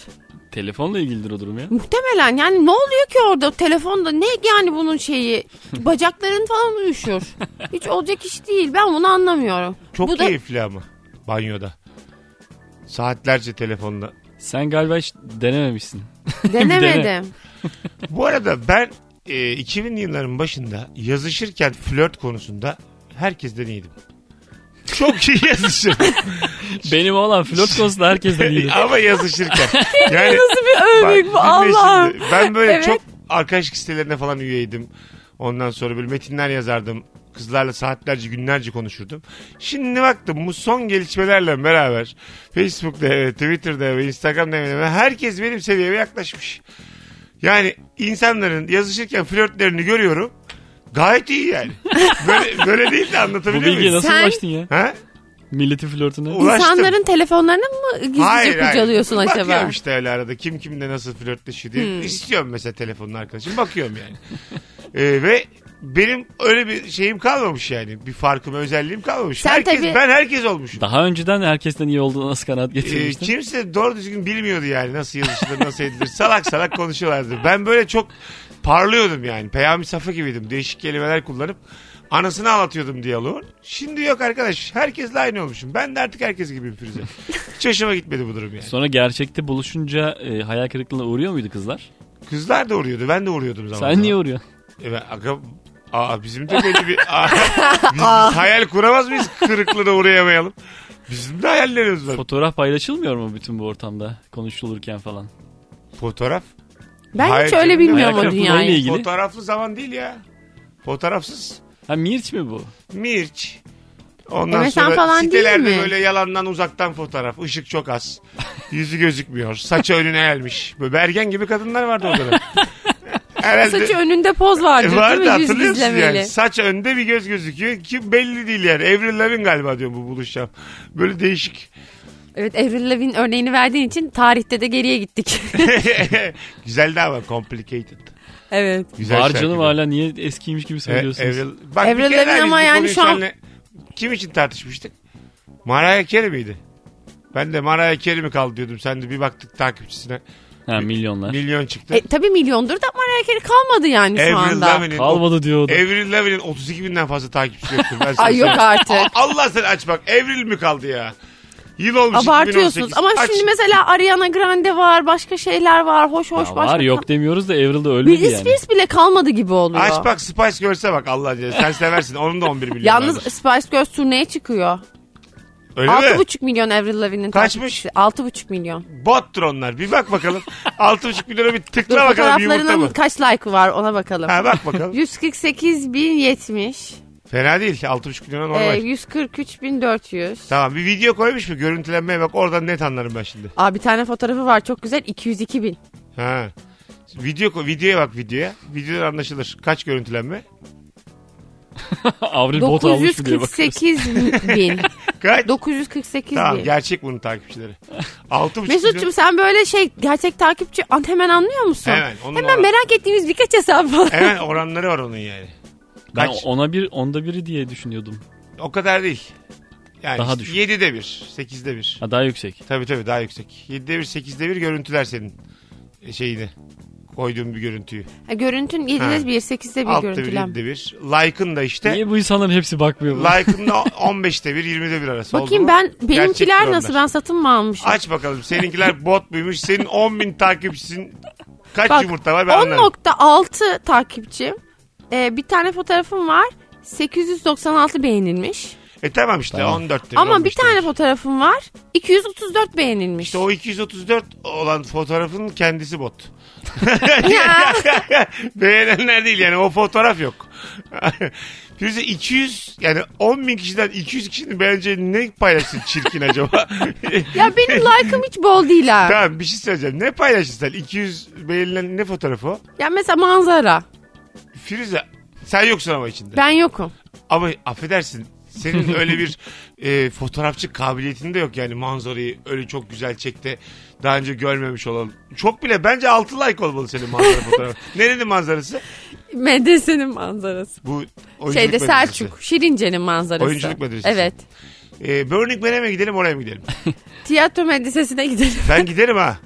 Speaker 4: Telefonla ilgilidir o durum ya.
Speaker 3: Muhtemelen yani ne oluyor ki orada telefonda ne yani bunun şeyi bacakların falan uyuşur. Hiç olacak iş değil ben bunu anlamıyorum.
Speaker 2: Çok
Speaker 3: Bu da-
Speaker 2: keyifli ama banyoda. Saatlerce telefonda.
Speaker 4: Sen galiba hiç denememişsin.
Speaker 3: Denemedim.
Speaker 2: Bu arada ben e, 2000'li yılların başında yazışırken flört konusunda herkesten iyiydim. Çok iyi yazışırdım.
Speaker 4: Benim oğlan flört
Speaker 2: Şey-
Speaker 4: konusunda herkesten iyiydi.
Speaker 2: Ama yazışırken. yani
Speaker 3: Nasıl bir
Speaker 2: bak,
Speaker 3: övmek bu
Speaker 2: dinle
Speaker 3: Allah'ım.
Speaker 2: şimdi. Ben böyle
Speaker 3: Evet.
Speaker 2: çok arkadaşlık sitelerine falan üyeydim. Ondan sonra böyle metinler yazardım. Kızlarla saatlerce günlerce konuşurdum. Şimdi baktım bu son gelişmelerle beraber Facebook'ta evet, Twitter'da ve Instagram'da hemen hemen herkes benim seviyeme yaklaşmış. Yani insanların yazışırken flörtlerini görüyorum. Gayet iyi yani. Böyle, böyle değil de
Speaker 4: Bu
Speaker 2: anlatabiliyor
Speaker 4: bilgiye
Speaker 2: muyum?
Speaker 4: nasıl
Speaker 3: Sen-
Speaker 4: ulaştın ya?
Speaker 2: Ha?
Speaker 4: Milletin flörtüne.
Speaker 2: Ulan ulaştım.
Speaker 3: İnsanların telefonlarını mı gizlice kurcalıyorsun acaba? Hmm.
Speaker 2: Bakıyorum işte öyle arada kim kimle nasıl flörtleşiyor diye. İstiyorum mesela telefonun arkadaşım. Bakıyorum yani. Ee, ve benim öyle bir şeyim kalmamış yani. Bir farkım, özelliğim kalmamış.
Speaker 3: Sen
Speaker 2: herkes,
Speaker 3: tabii-
Speaker 2: Ben herkes olmuşum.
Speaker 4: Daha önceden herkesten iyi olduğunu nasıl kanaat
Speaker 2: Ee,
Speaker 4: getirmiştin?
Speaker 2: kimse doğru düzgün bilmiyordu yani nasıl yazışılır, nasıl edilir. Salak salak konuşuyorlardı. Ben böyle çok parlıyordum yani. Peyami Safa gibiydim. Değişik kelimeler kullanıp anasını ağlatıyordum diyaloğun. Şimdi yok arkadaş. Herkesle aynı olmuşum. Ben de artık herkes gibiyim Firuze. Hiç hoşuma gitmedi bu durum yani.
Speaker 4: Sonra gerçekte buluşunca e, hayal kırıklığına uğruyor muydu kızlar?
Speaker 2: Kızlar da uğruyordu. Ben de uğruyordum zaman.
Speaker 4: Sen niye uğruyor?
Speaker 2: E ben, aga, aa, bizim de belli bir... Aa, biz, biz hayal kuramaz mıyız kırıklığına uğrayamayalım? Bizim de hayallerimiz var.
Speaker 4: Fotoğraf paylaşılmıyor mu bütün bu ortamda konuşulurken falan?
Speaker 2: Fotoğraf.
Speaker 3: Ben
Speaker 2: Hayır
Speaker 3: hiç öyle
Speaker 2: canım,
Speaker 3: bilmiyorum
Speaker 4: Hayal
Speaker 3: o
Speaker 4: kırıklığıyla
Speaker 3: dünyayı.
Speaker 4: ilgili.
Speaker 2: Fotoğraflı zaman değil ya. Fotoğrafsız.
Speaker 4: Ha Mirç mi bu?
Speaker 2: Mirç. Ondan
Speaker 3: MSN
Speaker 2: sonra
Speaker 3: falan değil
Speaker 2: sitelerde
Speaker 3: mi?
Speaker 2: böyle yalandan uzaktan fotoğraf. Işık çok az. Yüzü gözükmüyor. Saçı önüne gelmiş. Böyle bergen gibi kadınlar vardı o dönem. Herhalde-
Speaker 3: Saçı önünde poz vardı,
Speaker 2: E, Vardı
Speaker 3: değil mi? Yüz
Speaker 2: hatırlıyor musun
Speaker 3: gizlemeli.
Speaker 2: yani? Saç önde bir göz gözüküyor. Kim belli değil yani. Avril Lavigne galiba diyorum bu buluşacağım. Böyle değişik.
Speaker 3: Evet Avril Lavigne örneğini verdiğin için tarihte de geriye gittik.
Speaker 2: Güzel de ama complicated.
Speaker 3: evet.
Speaker 2: Güzel
Speaker 4: Var
Speaker 2: şarkı
Speaker 4: canım
Speaker 2: bu.
Speaker 4: hala niye eskiymiş gibi
Speaker 2: E,
Speaker 4: söylüyorsunuz?
Speaker 2: Avril- Bak
Speaker 3: Avril
Speaker 2: bir kere
Speaker 3: Lavigne
Speaker 2: daha biz
Speaker 3: ama
Speaker 2: bu
Speaker 3: yani
Speaker 2: konuyu
Speaker 3: şu an-
Speaker 2: seninle kim için tartışmıştık? Mariah Carey miydi? Ben de Mariah Carey mi kaldı diyordum. Sen de bir baktık takipçisine.
Speaker 4: ha milyonlar.
Speaker 2: Milyon çıktı.
Speaker 3: E, tabii milyondur da Mariah Carey kalmadı yani şu
Speaker 2: Avril
Speaker 3: anda.
Speaker 2: Lavigne'in
Speaker 4: Kalmadı diyordu.
Speaker 2: Avril Lavigne'in 32 binden fazla takipçisi yoktu. Ben sana
Speaker 3: Ay yok
Speaker 2: söyleyeyim.
Speaker 3: artık.
Speaker 2: Allah seni aç bak. Avril mi kaldı ya? Yıl olmuş
Speaker 3: Abartıyorsunuz
Speaker 2: 2018.
Speaker 3: ama
Speaker 2: Aç.
Speaker 3: şimdi mesela Ariana Grande var, başka şeyler var, hoş hoş
Speaker 4: Ya
Speaker 3: başka.
Speaker 4: var yok demiyoruz da Evril'de ölmedi
Speaker 3: Britney
Speaker 4: yani.
Speaker 3: Spears bile kalmadı gibi oluyor.
Speaker 2: Aç bak Spice Girls'e bak Allah cezası. Sen seversin. Onun da 11 milyon.
Speaker 3: Yalnız
Speaker 2: varmış.
Speaker 3: Spice Girls turneye çıkıyor.
Speaker 2: Öyle mi?
Speaker 3: 6,5 milyon Avril Lavigne'in
Speaker 2: Kaçmış?
Speaker 3: takipçisi. 6,5 milyon.
Speaker 2: Bottur onlar. Bir bak bakalım. 6,5 milyona bir
Speaker 3: Dur
Speaker 2: tıkla bakalım bir yumurta
Speaker 3: fotoğraflarının
Speaker 2: mı?
Speaker 3: kaç like'ı var ona bakalım.
Speaker 2: Ha bak bakalım.
Speaker 3: 148.070,
Speaker 2: Fena değil. 6,5 milyona
Speaker 3: e,
Speaker 2: normal.
Speaker 3: 143.400.
Speaker 2: Tamam bir video koymuş mu? Görüntülenmeye bak oradan net anlarım ben şimdi.
Speaker 3: Aa, bir tane fotoğrafı var çok güzel 202 bin.
Speaker 2: Ha. Video ko- videoya bak videoya. Videodan anlaşılır. Kaç görüntülenme?
Speaker 4: Avril bot almış mı diye bakıyoruz.
Speaker 3: 948 bin.
Speaker 2: Kaç?
Speaker 3: 948
Speaker 2: Tamam
Speaker 3: bin.
Speaker 2: gerçek bunun takipçileri. 6,5
Speaker 3: Mesut'cum
Speaker 2: milyon.
Speaker 3: sen böyle şey gerçek takipçi an- hemen anlıyor musun?
Speaker 2: Hemen, onun
Speaker 3: Hemen
Speaker 2: oran-
Speaker 3: merak ettiğimiz birkaç hesap var.
Speaker 2: Hemen oranları var onun yani.
Speaker 4: Ben
Speaker 2: Kaç?
Speaker 4: ona bir, onda biri diye düşünüyordum.
Speaker 2: O kadar değil. Yani
Speaker 4: Daha
Speaker 2: işte
Speaker 4: düşük.
Speaker 2: 7'de 1, 8'de 1.
Speaker 4: Ha, daha yüksek.
Speaker 2: Tabii tabii daha yüksek. 7'de 1, 8'de 1 görüntüler senin e, şeyini. Koyduğun bir görüntüyü.
Speaker 3: Ha, Görüntün 7'de
Speaker 2: Ha.
Speaker 3: 1, 8'de 1
Speaker 2: 6'da 1,
Speaker 3: görüntülem.
Speaker 2: 7'de 1. Like'ın da işte.
Speaker 4: Niye bu insanların hepsi bakmıyor buna?
Speaker 2: Like'ın da 15'te 1, 20'de 1 arası oldu
Speaker 3: Bakayım
Speaker 2: mu?
Speaker 3: ben
Speaker 2: Gerçektir
Speaker 3: benimkiler
Speaker 2: onlar.
Speaker 3: nasıl ben satın mı almışım?
Speaker 2: Aç bakalım. Seninkiler bot muymuş? Senin 10 bin takipçisin. Kaç
Speaker 3: Bak,
Speaker 2: yumurta var ben anlarım.
Speaker 3: 10.6 takipçim. Ee, bir tane fotoğrafım var. 896 beğenilmiş.
Speaker 2: E tamam işte 14 demiş,
Speaker 3: Ama bir
Speaker 2: 15
Speaker 3: tane
Speaker 2: demiş.
Speaker 3: fotoğrafım var. 234 beğenilmiş.
Speaker 2: İşte o 234 olan fotoğrafın kendisi bot. Beğenenler değil yani o fotoğraf yok. Firuze 200 yani 10 bin kişiden 200 kişinin bence ne paylaşsın çirkin acaba?
Speaker 3: Ya benim like'ım hiç bol değil ha.
Speaker 2: tamam bir şey söyleyeceğim. Ne paylaşsın sen? 200 beğenilen ne fotoğrafı o?
Speaker 3: Ya mesela manzara.
Speaker 2: Firuze sen yoksun ama içinde.
Speaker 3: Ben yokum.
Speaker 2: Ama affedersin senin öyle bir e, fotoğrafçı kabiliyetin de yok yani manzarayı öyle çok güzel çekti. Daha önce görmemiş olan. Çok bile bence 6 like olmalı senin manzara fotoğrafı. Nerenin manzarası?
Speaker 3: Medresenin manzarası.
Speaker 2: Bu oyunculuk
Speaker 3: Şeyde
Speaker 2: medresesi.
Speaker 3: Selçuk. Şirince'nin manzarası.
Speaker 2: Oyunculuk medresesi.
Speaker 3: Evet.
Speaker 2: E, Burning Man'e mi gidelim oraya mı gidelim?
Speaker 3: Tiyatro medresesine gidelim.
Speaker 2: Ben giderim ha.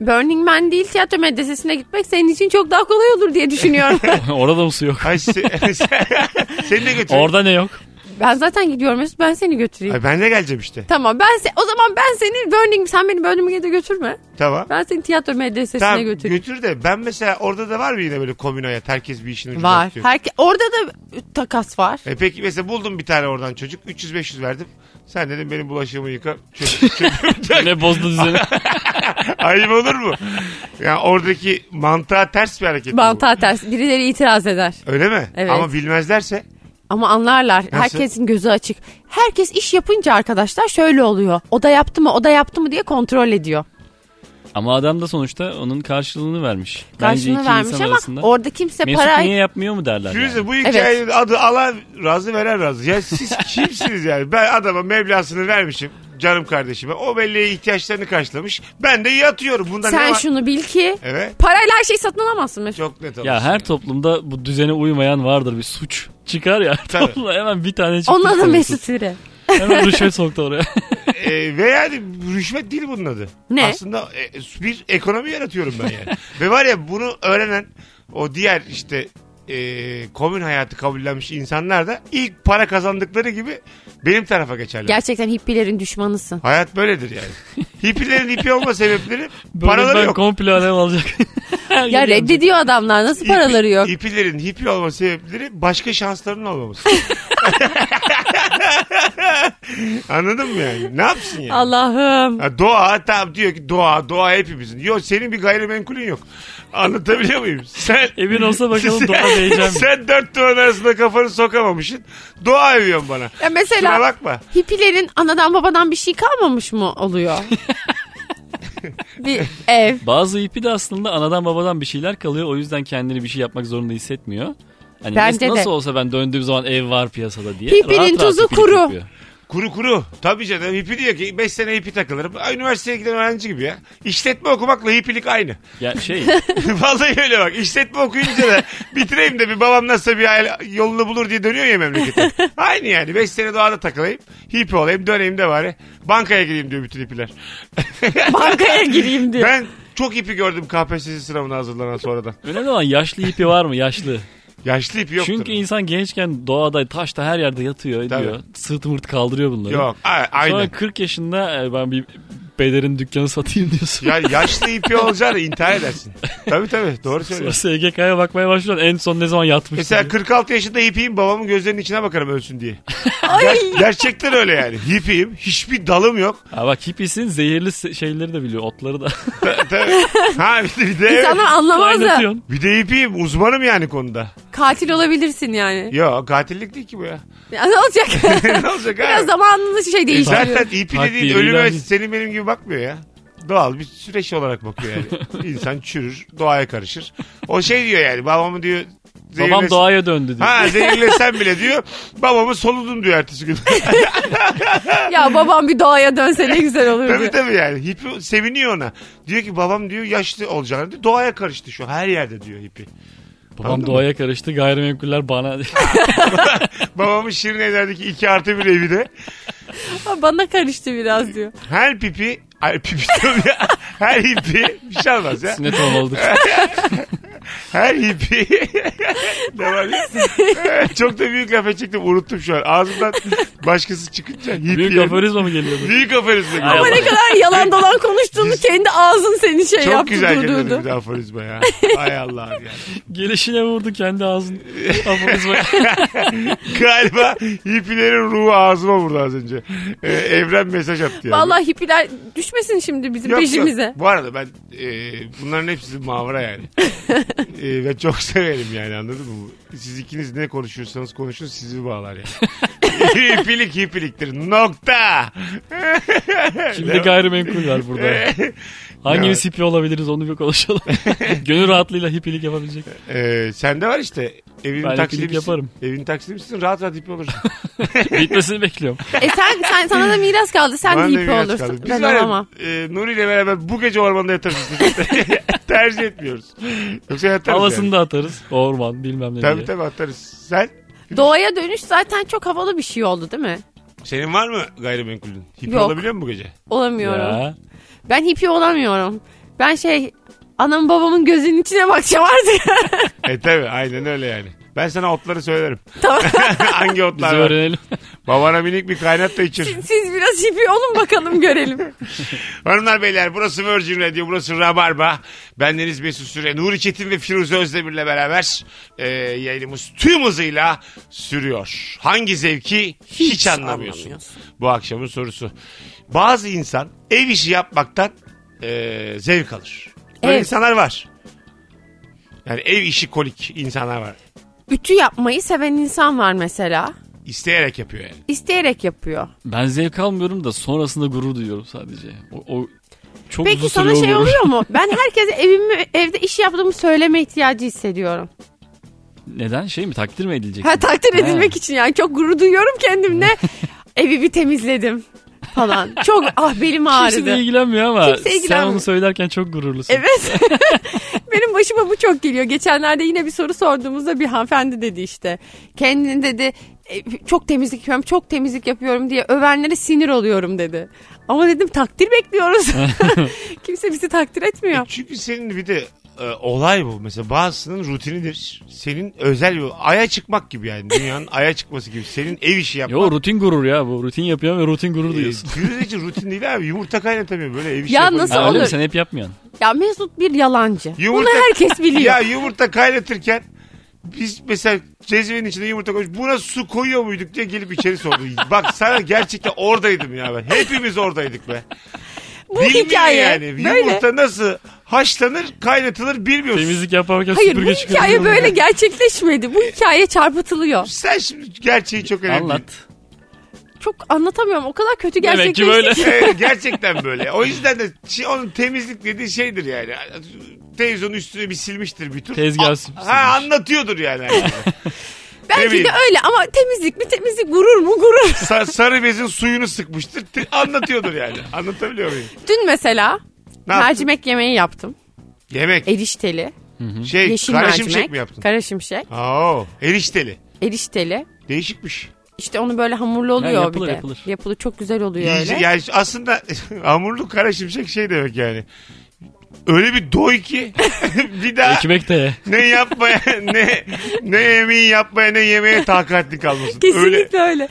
Speaker 3: Burning Man değil tiyatro medresesine gitmek senin için çok daha kolay olur diye düşünüyorum.
Speaker 4: Orada mı su yok?
Speaker 2: Ay, se- seni de götüreyim.
Speaker 4: Orada ne yok?
Speaker 3: ben zaten gidiyorum Mesut ben seni götüreyim.
Speaker 2: Ay, ben de geleceğim işte.
Speaker 3: Tamam ben se- o zaman ben seni Burning sen beni Burning Man'e de götürme.
Speaker 2: Tamam.
Speaker 3: Ben seni tiyatro medresesine
Speaker 2: Tamam
Speaker 3: götüreyim.
Speaker 2: götür de ben mesela orada da var mı yine böyle komünaya herkes bir işin ucunu
Speaker 3: var.
Speaker 2: tutuyor?
Speaker 3: Herke- orada da takas var.
Speaker 2: E peki mesela buldum bir tane oradan çocuk 300-500 verdim. Sen dedim benim bulaşığımı yıka. Çocuk, çocuk-
Speaker 4: Ne bozdu düzeni?
Speaker 2: Ayıp olur mu? Yani oradaki mantığa ters bir hareket. bu.
Speaker 3: Mantığa ters. Birileri itiraz eder.
Speaker 2: Öyle mi?
Speaker 3: Evet.
Speaker 2: Ama bilmezlerse
Speaker 3: Ama anlarlar. Herkesin gözü açık. Herkes iş yapınca arkadaşlar şöyle oluyor. O da yaptı mı, o da yaptı mı diye kontrol ediyor.
Speaker 4: ama adam da sonuçta onun karşılığını vermiş. Bence
Speaker 3: Karşılığını
Speaker 4: iki
Speaker 3: vermiş
Speaker 4: insan
Speaker 3: ama
Speaker 4: arasında.
Speaker 3: orada kimse
Speaker 4: Mesut
Speaker 3: para...
Speaker 4: niye yapmıyor mu derler
Speaker 2: Firuze
Speaker 4: yani.
Speaker 2: bu hikayenin adı alan razı veren razı. Ya siz kimsiniz yani? Ben adama meblasını vermişim canım kardeşime. O belleğe ihtiyaçlarını karşılamış. Ben de yatıyorum. Bundan ne
Speaker 3: Sen
Speaker 2: var?
Speaker 3: şunu bil ki
Speaker 2: Evet.
Speaker 3: parayla her şeyi satın alamazsın Mesut.
Speaker 2: Çok net olmuş.
Speaker 4: Ya her toplumda bu düzene uymayan vardır bir suç. Çıkar ya.
Speaker 2: Tabii.
Speaker 4: Topluma hemen bir tane çıktı.
Speaker 3: Onun adı
Speaker 4: Tabii
Speaker 3: Mesut
Speaker 4: suç.
Speaker 3: Süre.
Speaker 4: Hemen rüşvet soktu oraya.
Speaker 2: E, ve yani rüşvet değil bunun adı.
Speaker 3: Ne?
Speaker 2: Aslında e, bir ekonomi yaratıyorum ben yani. ve var ya bunu öğrenen o diğer işte e, komün hayatı kabullenmiş insanlar da ilk para kazandıkları gibi benim tarafa geçerler.
Speaker 3: Gerçekten hippilerin düşmanısın.
Speaker 2: Hayat böyledir yani. Hippilerin hippi olma sebepleri
Speaker 4: Böyle
Speaker 2: paraları
Speaker 4: ben
Speaker 2: yok.
Speaker 4: komple alev alacak.
Speaker 3: Ya reddediyor adamlar nasıl
Speaker 2: Hippi-
Speaker 3: paraları yok.
Speaker 2: Hippilerin hippi olma sebepleri başka şanslarının olmaması. Anladın mı yani? Ne yapsın yani?
Speaker 3: Allah'ım.
Speaker 2: Ha, doğa tam diyor ki doğa doğa hepimizin. Yok senin bir gayrimenkulün yok. Anlatabiliyor muyum? Sen
Speaker 4: Evin olsa bakalım doğa değeceğim.
Speaker 2: Sen dört duvarın arasında kafanı sokamamışsın. Doğa eviyorsun bana.
Speaker 3: Ya mesela
Speaker 2: Şuna bakma.
Speaker 3: hippilerin anadan babadan bir şey kalmamış mı oluyor? bir ev.
Speaker 4: Bazı ipi de aslında anadan babadan bir şeyler kalıyor. O yüzden kendini bir şey yapmak zorunda hissetmiyor. Hani
Speaker 3: Bence
Speaker 4: nasıl, nasıl
Speaker 3: de.
Speaker 4: olsa ben döndüğüm zaman ev var piyasada diye.
Speaker 3: Pipinin
Speaker 4: rahat rahat
Speaker 3: tuzu
Speaker 4: ipilik
Speaker 3: kuru.
Speaker 4: yapıyor.
Speaker 2: Kuru kuru. Tabii canım hippi diyor ki 5 sene hippi takılırım. Ay, Üniversiteye giden öğrenci gibi ya. İşletme okumakla hippilik aynı.
Speaker 4: Ya şey
Speaker 2: Vallahi öyle bak. İşletme okuyunca da bitireyim de bir babam nasıl bir aile yolunu bulur diye dönüyor ya memlekete. Aynı yani. 5 sene doğada takılayım. Hippi olayım döneyim de bari. Bankaya gireyim diyor bütün hippiler.
Speaker 3: Bankaya gireyim diyor.
Speaker 2: Ben çok ipi gördüm KPSS sınavına hazırlanan sonradan.
Speaker 4: önemli olan yaşlı ipi var mı yaşlı?
Speaker 2: Yaşlı ipi yoktur.
Speaker 4: Çünkü insan gençken doğada, taşta her yerde yatıyor, ediyor. Sırt mırt kaldırıyor bunları.
Speaker 2: Yok. A-
Speaker 4: Sonra
Speaker 2: aynen.
Speaker 4: 40 yaşında e, ben bir pederin dükkanı satayım diyorsun.
Speaker 2: Ya yaşlı ipi olacağını intihar edersin. Tabii tabii doğru
Speaker 4: Sonra
Speaker 2: söylüyorsun.
Speaker 4: SGK'ya bakmaya başlıyorsun. En son ne zaman yatmış?
Speaker 2: Mesela
Speaker 4: diye.
Speaker 2: 46 yaşında hipiyim babamın gözlerinin içine bakarım ölsün diye. Ger- gerçekten öyle yani. Hipiyim hiçbir dalım yok.
Speaker 4: Ha bak hippisin zehirli se- şeyleri de biliyor. Otları da
Speaker 2: Ta- tabii. ha bir de, bir de,
Speaker 3: İnsanlar anlamaz da
Speaker 4: kaynatıyorsun.
Speaker 2: bir de hipiyim uzmanım yani konuda.
Speaker 3: katil olabilirsin yani.
Speaker 2: Yok katillik değil ki bu ya.
Speaker 3: Ya ne olacak?
Speaker 2: ne olacak
Speaker 3: Biraz
Speaker 2: abi?
Speaker 3: zamanında şey değiştiriyor.
Speaker 2: Zaten E ipi
Speaker 4: Hak
Speaker 2: de değil
Speaker 4: değil,
Speaker 2: ölüme
Speaker 4: ilan değil.
Speaker 2: senin benim gibi bakmıyor ya. Doğal bir süreç olarak bakıyor yani. İnsan çürür, doğaya karışır. O şey diyor yani babamı diyor
Speaker 4: Babam
Speaker 2: zehirlesen-
Speaker 4: doğaya döndü diyor.
Speaker 2: Ha zehirlesen bile diyor babamı soludum diyor ertesi gün.
Speaker 3: ya babam bir doğaya dönse ne güzel olur
Speaker 2: tabii
Speaker 3: diyor.
Speaker 2: tabii yani hippi seviniyor ona. Diyor ki babam diyor yaşlı olacağını diyor. doğaya karıştı şu an, her yerde diyor hippi. Anladın
Speaker 4: Babam doğaya karıştı. Gayrimenkuller bana.
Speaker 2: Babamın şirin evlerdeki iki artı bir evi de
Speaker 3: Ama Bana karıştı biraz diyor.
Speaker 2: her pipi Ay pipi diyorum ya. Her hippi bir şey olmaz ya.
Speaker 4: Sünnet olmalıdır.
Speaker 2: Her hippi. ne var ya? Çok da büyük lafa çektim unuttum şu an. Ağzımdan başkası çıkınca hippi.
Speaker 4: Büyük
Speaker 2: yerim.
Speaker 4: aforizma mı geliyordu?
Speaker 2: Büyük aferizma.
Speaker 4: Ay
Speaker 3: Ama ne kadar yalan dolan konuştuğunu kendi ağzın seni şey
Speaker 2: Çok
Speaker 3: yaptı
Speaker 2: güzel geldi bir
Speaker 3: durdurdu.
Speaker 2: de aforizma ya. Hay Allah yani.
Speaker 4: Gelişine vurdu kendi ağzını. aforizma.
Speaker 2: Galiba hippilerin ruhu ağzıma vurdu az önce. Ee, evren mesaj attı yani.
Speaker 3: Vallahi hippiler düşmesin şimdi bizim
Speaker 2: Yok,
Speaker 3: peşimize.
Speaker 2: yok. Bu arada ben e, bunların hepsi mavra yani. e, ve çok severim yani anladın mı? Siz ikiniz ne konuşursanız konuşun sizi bağlar yani. hippilik hippiliktir. Nokta.
Speaker 4: Şimdi gayrimenkul var burada. Hangimiz hippi olabiliriz onu bir konuşalım. Gönül rahatlığıyla hippilik yapabilecek.
Speaker 2: Ee, sende var işte. Evin
Speaker 4: Ben
Speaker 2: taksidi
Speaker 4: hippilik
Speaker 2: misin?
Speaker 4: yaparım.
Speaker 2: Evin taksidi misin? Rahat rahat hippi olursun.
Speaker 4: Bitmesini bekliyorum.
Speaker 3: E sen, sen sana da miras kaldı. Sen
Speaker 2: Bana
Speaker 3: de
Speaker 2: da
Speaker 3: hippi
Speaker 2: biraz
Speaker 3: olursun.
Speaker 2: kaldı. Biz
Speaker 3: Ben
Speaker 2: var ya,
Speaker 3: olamam.
Speaker 2: E, Nuri ile beraber bu gece ormanda yatarız. Tercih etmiyoruz. Yoksa yatarız
Speaker 4: Havasını
Speaker 2: yani.
Speaker 4: da atarız. Orman bilmem ne
Speaker 2: Tabii
Speaker 4: diye.
Speaker 2: tabii atarız. Sen?
Speaker 3: Doğaya dönüş zaten çok havalı bir şey oldu değil mi?
Speaker 2: Senin var mı gayrimenkulün? Hippi
Speaker 3: Yok.
Speaker 2: olabiliyor mu bu gece?
Speaker 3: Olamıyorum.
Speaker 4: Ya.
Speaker 3: Ben hippi olamıyorum. Ben şey anam babamın gözünün içine bakacağım artık.
Speaker 2: E tabi aynen öyle yani. Ben sana otları söylerim.
Speaker 3: tamam.
Speaker 2: Hangi
Speaker 4: Biz
Speaker 2: otlar var?
Speaker 4: öğrenelim.
Speaker 2: Babana minik bir kaynat da içir.
Speaker 3: Siz, siz biraz hippi olun bakalım görelim.
Speaker 2: Hanımlar beyler burası Virgin Radio burası Rabarba. Bendeniz Mesut Süre, Nuri Çetin ve Firuze Özdemir'le beraber e, yayınımız tüm hızıyla sürüyor. Hangi zevki hiç,
Speaker 3: Hiç
Speaker 2: anlamıyorsun.
Speaker 3: anlamıyorsun.
Speaker 2: Bu akşamın sorusu. Bazı insan ev işi yapmaktan e, zevk alır. Böyle
Speaker 3: Evet.
Speaker 2: insanlar var. Yani ev işi kolik insanlar var.
Speaker 3: Ütü yapmayı seven insan var mesela.
Speaker 2: İsteyerek yapıyor yani.
Speaker 3: İsteyerek yapıyor.
Speaker 4: Ben zevk almıyorum da sonrasında gurur duyuyorum sadece. O, o çok uzun
Speaker 3: Peki sana
Speaker 4: sürüyor
Speaker 3: şey
Speaker 4: gurur.
Speaker 3: oluyor mu? Ben herkese evimi evde iş yaptığımı söyleme ihtiyacı hissediyorum.
Speaker 4: Neden? Şey mi? Takdir mi edilecek?
Speaker 3: Ha takdir
Speaker 4: Ha.
Speaker 3: edilmek için yani çok gurur duyuyorum kendimle. Evi bir temizledim falan. Çok ah belim
Speaker 4: Kimse de
Speaker 3: ağrıdı.
Speaker 4: ilgilenmiyor ama
Speaker 3: Kimse
Speaker 4: sen
Speaker 3: ilgilenmiyor.
Speaker 4: onu söylerken çok gururlusun.
Speaker 3: Evet. Benim başıma bu çok geliyor. Geçenlerde yine bir soru sorduğumuzda bir hanımefendi dedi işte. Kendini dedi "E, çok temizlik yapıyorum, çok temizlik yapıyorum diye övenlere sinir oluyorum dedi. Ama dedim takdir bekliyoruz. Kimse bizi takdir etmiyor.
Speaker 2: E Çünkü senin bir de e, olay bu. Mesela bazısının rutinidir. Senin özel bir aya çıkmak gibi yani. Dünyanın aya çıkması gibi. Senin ev işi yapmak.
Speaker 4: Yo rutin gurur ya bu. Rutin yapıyorum ve rutin gurur duyuyorsun.
Speaker 2: E, Firuze için rutin değil abi. Yumurta kaynatamıyor böyle ev işi.
Speaker 3: Ya
Speaker 2: yapan
Speaker 3: nasıl
Speaker 2: insan.
Speaker 4: Ha, öyle mi?
Speaker 3: olur?
Speaker 4: Sen hep yapmıyorsun.
Speaker 3: Ya Mesut bir yalancı.
Speaker 2: Yumurta-
Speaker 3: Bunu herkes biliyor.
Speaker 2: Ya yumurta kaynatırken biz mesela cezvenin içinde yumurta koymuş. Buna su koyuyor muyduk diye gelip içeri sordu. Bak sana gerçekten oradaydım ya ben. Hepimiz oradaydık be.
Speaker 3: bu
Speaker 2: Bilmiyor
Speaker 3: hikaye
Speaker 2: yani.
Speaker 3: böyle.
Speaker 2: Yumurta nasıl haşlanır kaynatılır bilmiyorsun.
Speaker 4: Temizlik yaparken
Speaker 3: Hayır bu
Speaker 4: süpürge çıkarıyorum.
Speaker 3: hikaye böyle gerçekleşmedi. Bu hikaye çarpıtılıyor.
Speaker 2: Sen şimdi gerçeği çok önemli.
Speaker 4: Anlat.
Speaker 3: Çok anlatamıyorum. O kadar kötü
Speaker 4: Demek
Speaker 3: gerçekleşti.
Speaker 4: ki böyle.
Speaker 2: Evet, gerçekten böyle. O yüzden de çi- onun temizlik dediği şeydir yani. Televizyonun üstüne bir silmiştir bir tur.
Speaker 4: Tezgah
Speaker 2: A-
Speaker 4: silmiş.
Speaker 2: Ha anlatıyordur yani. Hani. Ne
Speaker 3: Belki de
Speaker 2: bileyim.
Speaker 3: öyle ama temizlik mi temizlik gurur mu gurur.
Speaker 2: Sa- sarı bezin suyunu sıkmıştır. Te- anlatıyordur yani. Anlatabiliyor muyum?
Speaker 3: Dün mesela
Speaker 2: Ne yaptın?
Speaker 3: mercimek yemeği yaptım.
Speaker 2: Yemek.
Speaker 3: Erişteli,
Speaker 2: şey
Speaker 3: yeşil
Speaker 2: kara
Speaker 3: mercimek.
Speaker 2: şimşek mi yaptın?
Speaker 3: Kara şimşek,
Speaker 2: Oo, erişteli.
Speaker 3: erişteli.
Speaker 2: Değişikmiş.
Speaker 3: İşte onu böyle hamurlu oluyor
Speaker 4: Ha, yapılır,
Speaker 3: bir de.
Speaker 4: yapılır.
Speaker 3: Yapılır. Çok güzel oluyor
Speaker 2: Yiyici-
Speaker 3: öyle.
Speaker 2: yani aslında hamurlu kara şimşek şey demek yani. Öyle bir doy ki bir daha
Speaker 4: Ekmek de ye.
Speaker 2: ne yapmaya ne ne yemeği yapmaya ne yemeğe takatli kalmasın. Öyle
Speaker 3: Kesinlikle öyle.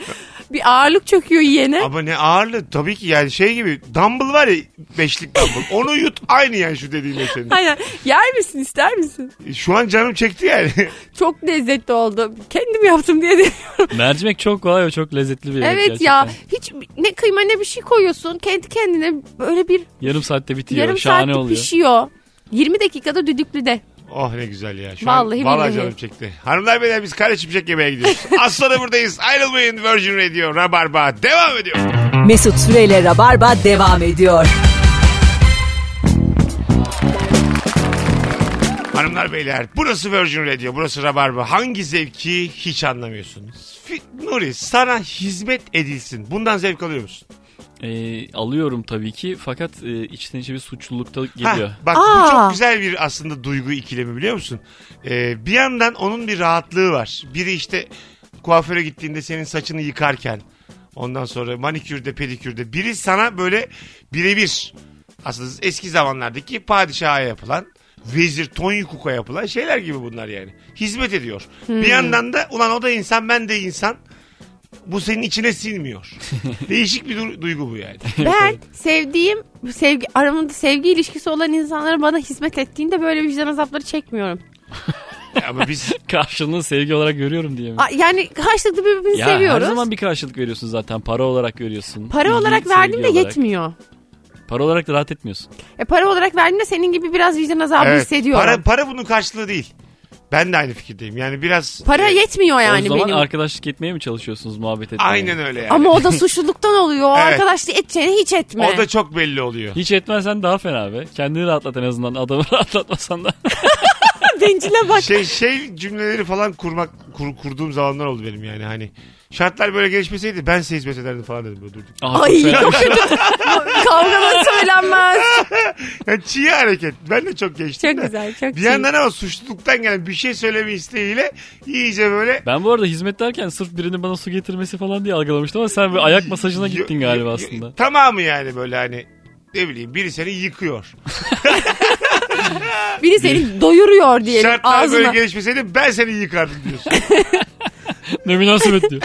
Speaker 3: Bir ağırlık çöküyor yiyene.
Speaker 2: Ama ne ağırlığı tabii ki yani şey gibi dumbbell var ya beşlik dumbbell onu yut aynı yani şu dediğinle senin.
Speaker 3: Aynen. Yer misin ister misin?
Speaker 2: Şu an canım çekti yani.
Speaker 3: Çok lezzetli oldu. Kendim yaptım diye demiyorum.
Speaker 4: Mercimek çok kolay ve çok lezzetli bir yemek
Speaker 3: Evet,
Speaker 4: gerçekten.
Speaker 3: ya. Hiç ne kıyma ne bir şey koyuyorsun. Kendi kendine böyle bir
Speaker 4: Yarım saatte bitiyor.
Speaker 3: yarım
Speaker 4: Şahane
Speaker 3: saat
Speaker 4: oluyor.
Speaker 3: pişiyor. 20 dakikada düdüklüde.
Speaker 2: oh ne güzel ya. Şu
Speaker 3: Vallahi
Speaker 2: an, vallahi
Speaker 3: billahi.
Speaker 2: canım çekti. Hanımlar beyler biz kare çimşek yemeğe gidiyoruz. Az sonra buradayız. Ayrılmayın Virgin Radio Rabarba devam ediyor.
Speaker 1: Mesut Süreyle Rabarba devam ediyor.
Speaker 2: Hanımlar beyler burası Virgin Radio burası Rabarba. Hangi zevki hiç anlamıyorsunuz. Fi- Nuri sana hizmet edilsin. Bundan zevk alıyor musun?
Speaker 4: Ee, alıyorum tabii ki fakat e, içten içe bir suçlulukta
Speaker 2: Hah,
Speaker 4: geliyor.
Speaker 2: bak bu
Speaker 3: Aa.
Speaker 2: çok güzel bir aslında duygu ikilemi biliyor musun? Ee, bir yandan onun bir rahatlığı var. Biri işte kuaföre gittiğinde senin saçını yıkarken ondan sonra manikürde pedikürde biri sana böyle birebir aslında eski zamanlardaki padişaha yapılan vezir Tonyukuk'a yapılan şeyler gibi bunlar yani. Hizmet ediyor. Bir yandan da ulan o da insan ben de insan. Bu senin içine sinmiyor. Değişik bir du- duygu bu yani.
Speaker 3: Ben sevdiğim, sevgi aramında sevgi ilişkisi olan insanlara bana hizmet ettiğinde böyle vicdan azapları çekmiyorum.
Speaker 2: Ama biz
Speaker 4: Karşılığını sevgi olarak görüyorum diye mi?
Speaker 3: A- Yani karşılıklı birbirini
Speaker 4: ya
Speaker 3: seviyoruz.
Speaker 4: her zaman bir karşılık veriyorsun zaten. Para olarak veriyorsun.
Speaker 3: Para
Speaker 4: İlgi,
Speaker 3: olarak
Speaker 4: sevgi
Speaker 3: verdim de
Speaker 4: olarak.
Speaker 3: yetmiyor.
Speaker 4: Para olarak da rahat etmiyorsun.
Speaker 3: E para olarak verdiğimde senin gibi biraz vicdan azabı
Speaker 2: Evet,
Speaker 3: hissediyorum.
Speaker 2: Para,
Speaker 3: Para,
Speaker 2: para bunun karşılığı değil. Ben de aynı fikirdeyim. Yani biraz
Speaker 3: yetmiyor
Speaker 4: o
Speaker 3: yani
Speaker 4: zaman
Speaker 3: benim.
Speaker 4: arkadaşlık etmeye mi çalışıyorsunuz muhabbet etmeye?
Speaker 2: aynen öyle yani.
Speaker 3: Ama o da suçluluktan oluyor. O
Speaker 2: Evet.
Speaker 3: Arkadaşlık edeceğini hiç etme.
Speaker 2: O da çok belli oluyor.
Speaker 4: Hiç etmezsen daha fena be. Kendini rahatlat en azından. Adamı rahatlatmasan da.
Speaker 3: Bencile bak.
Speaker 2: Şey şey cümleleri falan kurmak kur- kurduğum zamanlar oldu benim yani hani. Şartlar böyle gelişmeseydi ben size hizmet ederdim falan dedim böyle durduk.
Speaker 4: Aa,
Speaker 3: Ay
Speaker 4: fena.
Speaker 3: çok kötü. Kavgada söylenmez.
Speaker 2: Yani çiğ hareket. Ben de çok geçtim
Speaker 3: Çok
Speaker 2: de.
Speaker 3: güzel çok
Speaker 2: Bir
Speaker 3: iyi.
Speaker 2: yandan ama suçluluktan gelen bir şey söyleme isteğiyle iyice böyle
Speaker 4: Ben bu arada hizmet derken sırf birinin bana su getirmesi falan diye algılamıştım ama sen bir ayak masajına gittin galiba aslında.
Speaker 2: Tamamı yani böyle hani ne bileyim biri seni yıkıyor.
Speaker 3: Biri seni doyuruyor diyelim
Speaker 2: Şartlar böyle
Speaker 3: ağzına.
Speaker 2: gelişmeseydi ben seni yıkardım diyorsun.
Speaker 4: ne münasebet diyor.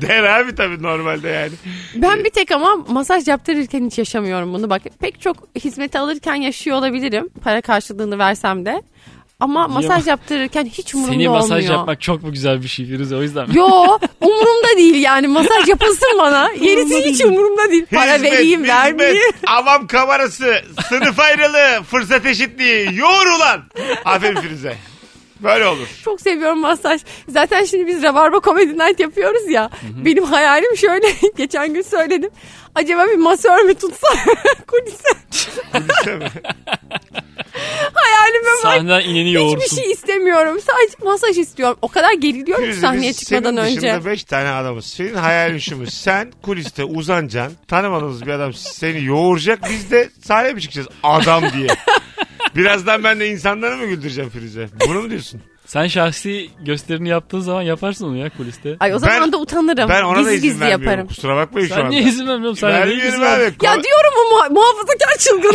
Speaker 2: Der abi tabii normalde yani.
Speaker 3: Ben bir tek ama masaj yaptırırken hiç yaşamıyorum bunu. Bak pek çok hizmeti alırken yaşıyor olabilirim. Para karşılığını versem de. Ama masaj yaptırırken hiç umurumda
Speaker 4: Seni masaj
Speaker 3: olmuyor.
Speaker 4: yapmak çok mu güzel bir şey Firuze o yüzden mi?
Speaker 3: Yo umurumda değil yani masaj yapılsın bana. Yenisi hiç umurumda değil. Para
Speaker 2: Hizmet,
Speaker 3: vereyim
Speaker 2: hizmet,
Speaker 3: vermeyeyim.
Speaker 2: Avam kamerası, sınıf ayrılığı, fırsat eşitliği, yoğur ulan. Aferin Firuze. Böyle olur.
Speaker 3: Çok seviyorum masaj. Zaten şimdi biz Rabarba Comedy Night yapıyoruz ya. Benim hayalim şöyle. Geçen gün söyledim. Acaba bir masör mü tutsa kulise?
Speaker 2: Kulise mi?
Speaker 3: Hayalime bak.
Speaker 4: Sahneden ineni yoğursun.
Speaker 3: Hiçbir şey istemiyorum. Sadece masaj istiyorum. O kadar geriliyorum ki
Speaker 2: Firuze,
Speaker 3: sahneye
Speaker 2: biz
Speaker 3: çıkmadan
Speaker 2: senin
Speaker 3: önce.
Speaker 2: dışında 5 tane adamız. Senin hayalin şu mu? Sen kuliste uzanacaksın. Tanımadığımız bir adam seni yoğuracak. Biz de sahneye mi çıkacağız? Adam diye. Birazdan ben de insanları mı güldüreceğim Firuze? Bunu mu diyorsun?
Speaker 4: Sen şahsi gösterini yaptığın zaman yaparsın onu ya kuliste.
Speaker 3: Ay o zaman da utanırım.
Speaker 2: Ben ona
Speaker 3: gizli
Speaker 2: da izin
Speaker 3: gizli
Speaker 2: vermiyorum.
Speaker 3: yaparım.
Speaker 2: Kusura bakmayın şu
Speaker 4: Sen
Speaker 2: anda.
Speaker 4: niye izin vermiyorsun? Sen de
Speaker 2: Vermiyorum
Speaker 4: değil misin?
Speaker 2: abi.
Speaker 3: Ya diyorum o muha- muhafazakar çılgın.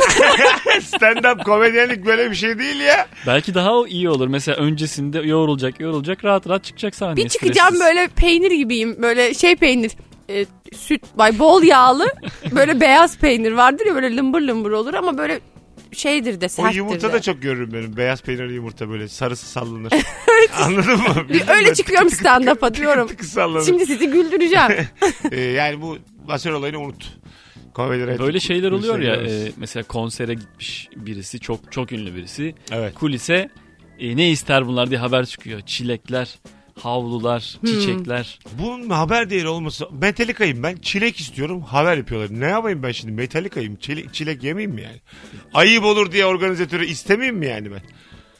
Speaker 2: Stand-up komedyenlik böyle bir şey değil ya.
Speaker 4: Belki daha o iyi olur. Mesela öncesinde yoğrulacak yoğrulacak rahat rahat çıkacak sahneye.
Speaker 3: bir çıkacağım
Speaker 4: stressiz.
Speaker 3: böyle peynir gibiyim. Böyle şey peynir. e, süt bay bol yağlı böyle beyaz peynir vardır ya böyle lımbır lımbır olur ama böyle şeydir de
Speaker 2: O
Speaker 3: serttir
Speaker 2: yumurta
Speaker 3: de.
Speaker 2: da çok görürüm benim. Beyaz peynirli yumurta böyle sarısı sallanır. Anladın mı?
Speaker 3: Bir öyle çıkıyorum stand-up'a diyorum.
Speaker 2: Tıkı sallanır.
Speaker 3: Şimdi sizi güldüreceğim.
Speaker 2: Ee, yani bu basör olayını unut. Komediler
Speaker 4: Böyle şeyler oluyor ya
Speaker 2: Evet.
Speaker 4: e, mesela konsere gitmiş birisi çok çok ünlü birisi
Speaker 2: Evet.
Speaker 4: kulise e, ne ister bunlar diye haber çıkıyor çilekler havlular
Speaker 3: Hmm.
Speaker 4: çiçekler
Speaker 2: Bunun haber değeri olması. Metallica'yım ben. Çilek istiyorum. Haber yapıyorlar. Ne yapayım ben şimdi? Metallica'yım. Çilek, çilek yemeyeyim mi yani? Ayıp olur diye organizatörü istemeyeyim mi yani ben?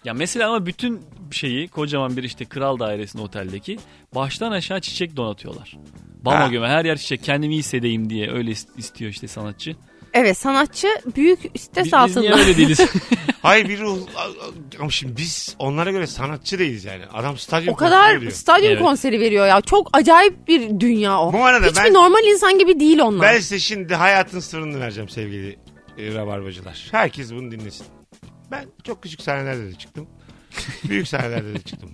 Speaker 4: ya mesela ama bütün şeyi kocaman bir işte kral dairesinde oteldeki baştan aşağı çiçek donatıyorlar
Speaker 2: Ha.
Speaker 4: Bama göme her yer çiçek kendimi iyi hissedeyim diye öyle is- istiyor işte sanatçı.
Speaker 3: evet sanatçı büyük
Speaker 4: Biz,
Speaker 3: stres
Speaker 4: biz niye
Speaker 3: altında.
Speaker 4: öyle değiliz?
Speaker 2: Hayır bir ruh. Ama şimdi biz onlara göre sanatçı değiliz yani. Adam stadyum
Speaker 3: O kadar
Speaker 2: konserleri diyor.
Speaker 3: stadyum
Speaker 4: Evet.
Speaker 3: konseri veriyor ya. Çok acayip bir dünya o.
Speaker 2: Bu arada
Speaker 3: Hiçbir
Speaker 2: ben-
Speaker 3: normal insan gibi değil onlar.
Speaker 2: Ben size şimdi hayatın sırrını vereceğim sevgili e, rabarbacılar. Herkes bunu dinlesin. Ben çok küçük sahnelerde de çıktım. Büyük sahnelerde de çıktım.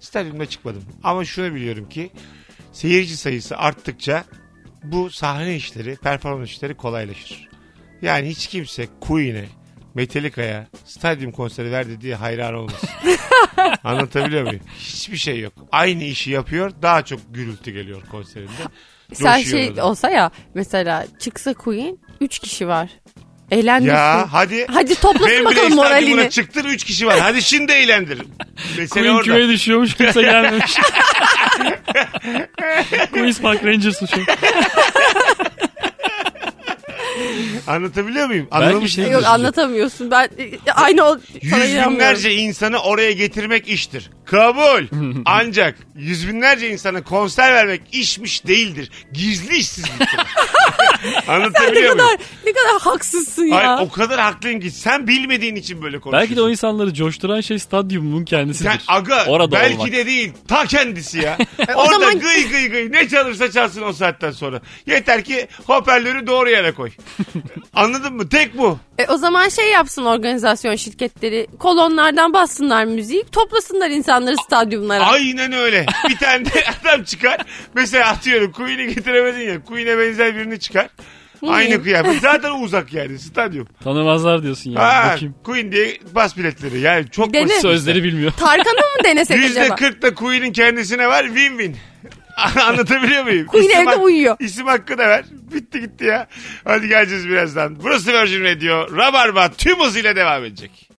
Speaker 2: Stadyumda çıkmadım. Ama şunu biliyorum ki seyirci sayısı arttıkça bu sahne işleri, performans işleri kolaylaşır. Yani hiç kimse Queen'e, Metallica'ya stadyum konseri verdi diye hayran olmasın. Anlatabiliyor muyum? Hiçbir şey yok. Aynı işi yapıyor. Daha çok gürültü geliyor konserinde.
Speaker 3: Sen
Speaker 2: Coşuyor
Speaker 3: şey
Speaker 2: orada.
Speaker 3: olsa ya mesela çıksa Queen 3 kişi var. Eğlenmişsin.
Speaker 2: Ya hadi.
Speaker 3: Hadi toplasın
Speaker 2: Ben bile
Speaker 3: bakalım
Speaker 2: İstanbul'a
Speaker 3: moralini.
Speaker 2: çıktın 3 kişi var. Hadi şimdi eğlendir. Mesele
Speaker 4: Queen
Speaker 2: orada.
Speaker 4: küme düşüyormuş kimse gelmemiş. Queen's Park Rangers suçu.
Speaker 2: Anlatabiliyor muyum? Anlamış
Speaker 4: şey-
Speaker 3: Yok anlatamıyorsun. Ben e, aynı o sana
Speaker 2: Yüz
Speaker 3: inanmıyorum.
Speaker 2: binlerce insanı oraya getirmek iştir. Kabul. Ancak yüz binlerce insana konser vermek işmiş değildir. Gizli işsizliktir.
Speaker 3: Ne
Speaker 2: Anlatabiliyor muyum?
Speaker 3: kadar, ne kadar haksızsın ya.
Speaker 2: Hayır, o kadar haklıyım ki sen bilmediğin için böyle konuşuyorsun.
Speaker 4: Belki de o insanları coşturan şey stadyumun kendisidir.
Speaker 2: Sen aga
Speaker 4: Orada
Speaker 2: belki
Speaker 4: olmak. E,
Speaker 2: de değil ta kendisi ya. Orada
Speaker 3: zaman-
Speaker 2: gıy gıy gıy ne çalırsa çalsın o saatten sonra. Yeter ki hoparlörü doğru yere koy. Anladın mı? Tek bu.
Speaker 3: E, o zaman şey yapsın organizasyon şirketleri. Kolonlardan bassınlar müziği. Toplasınlar insanları stadyumlara.
Speaker 2: Aynen öyle. Bir tane de adam çıkar. Mesela atıyorum Queen'i getiremedin ya. Queen'e benzer birini çıkar. Aynı kıyafet. Zaten uzak yani stadyum.
Speaker 4: Tanımazlar diyorsun ya.
Speaker 2: Ha,
Speaker 4: Bakayım.
Speaker 2: Queen diye bas biletleri. Yani çok
Speaker 3: Dene.
Speaker 2: basit.
Speaker 4: Sözleri bilmiyor.
Speaker 3: Tarkan'ı mı denesek
Speaker 2: Yüzde
Speaker 3: acaba?
Speaker 2: kırk da Queen'in kendisine var. Win win. Anlatabiliyor muyum?
Speaker 3: Queen evde
Speaker 2: hak-
Speaker 3: uyuyor.
Speaker 2: İsim hakkı da ver. Bitti gitti ya. Hadi geleceğiz birazdan. Burası Virgin Radio. Rabarba tüm hızıyla devam edecek.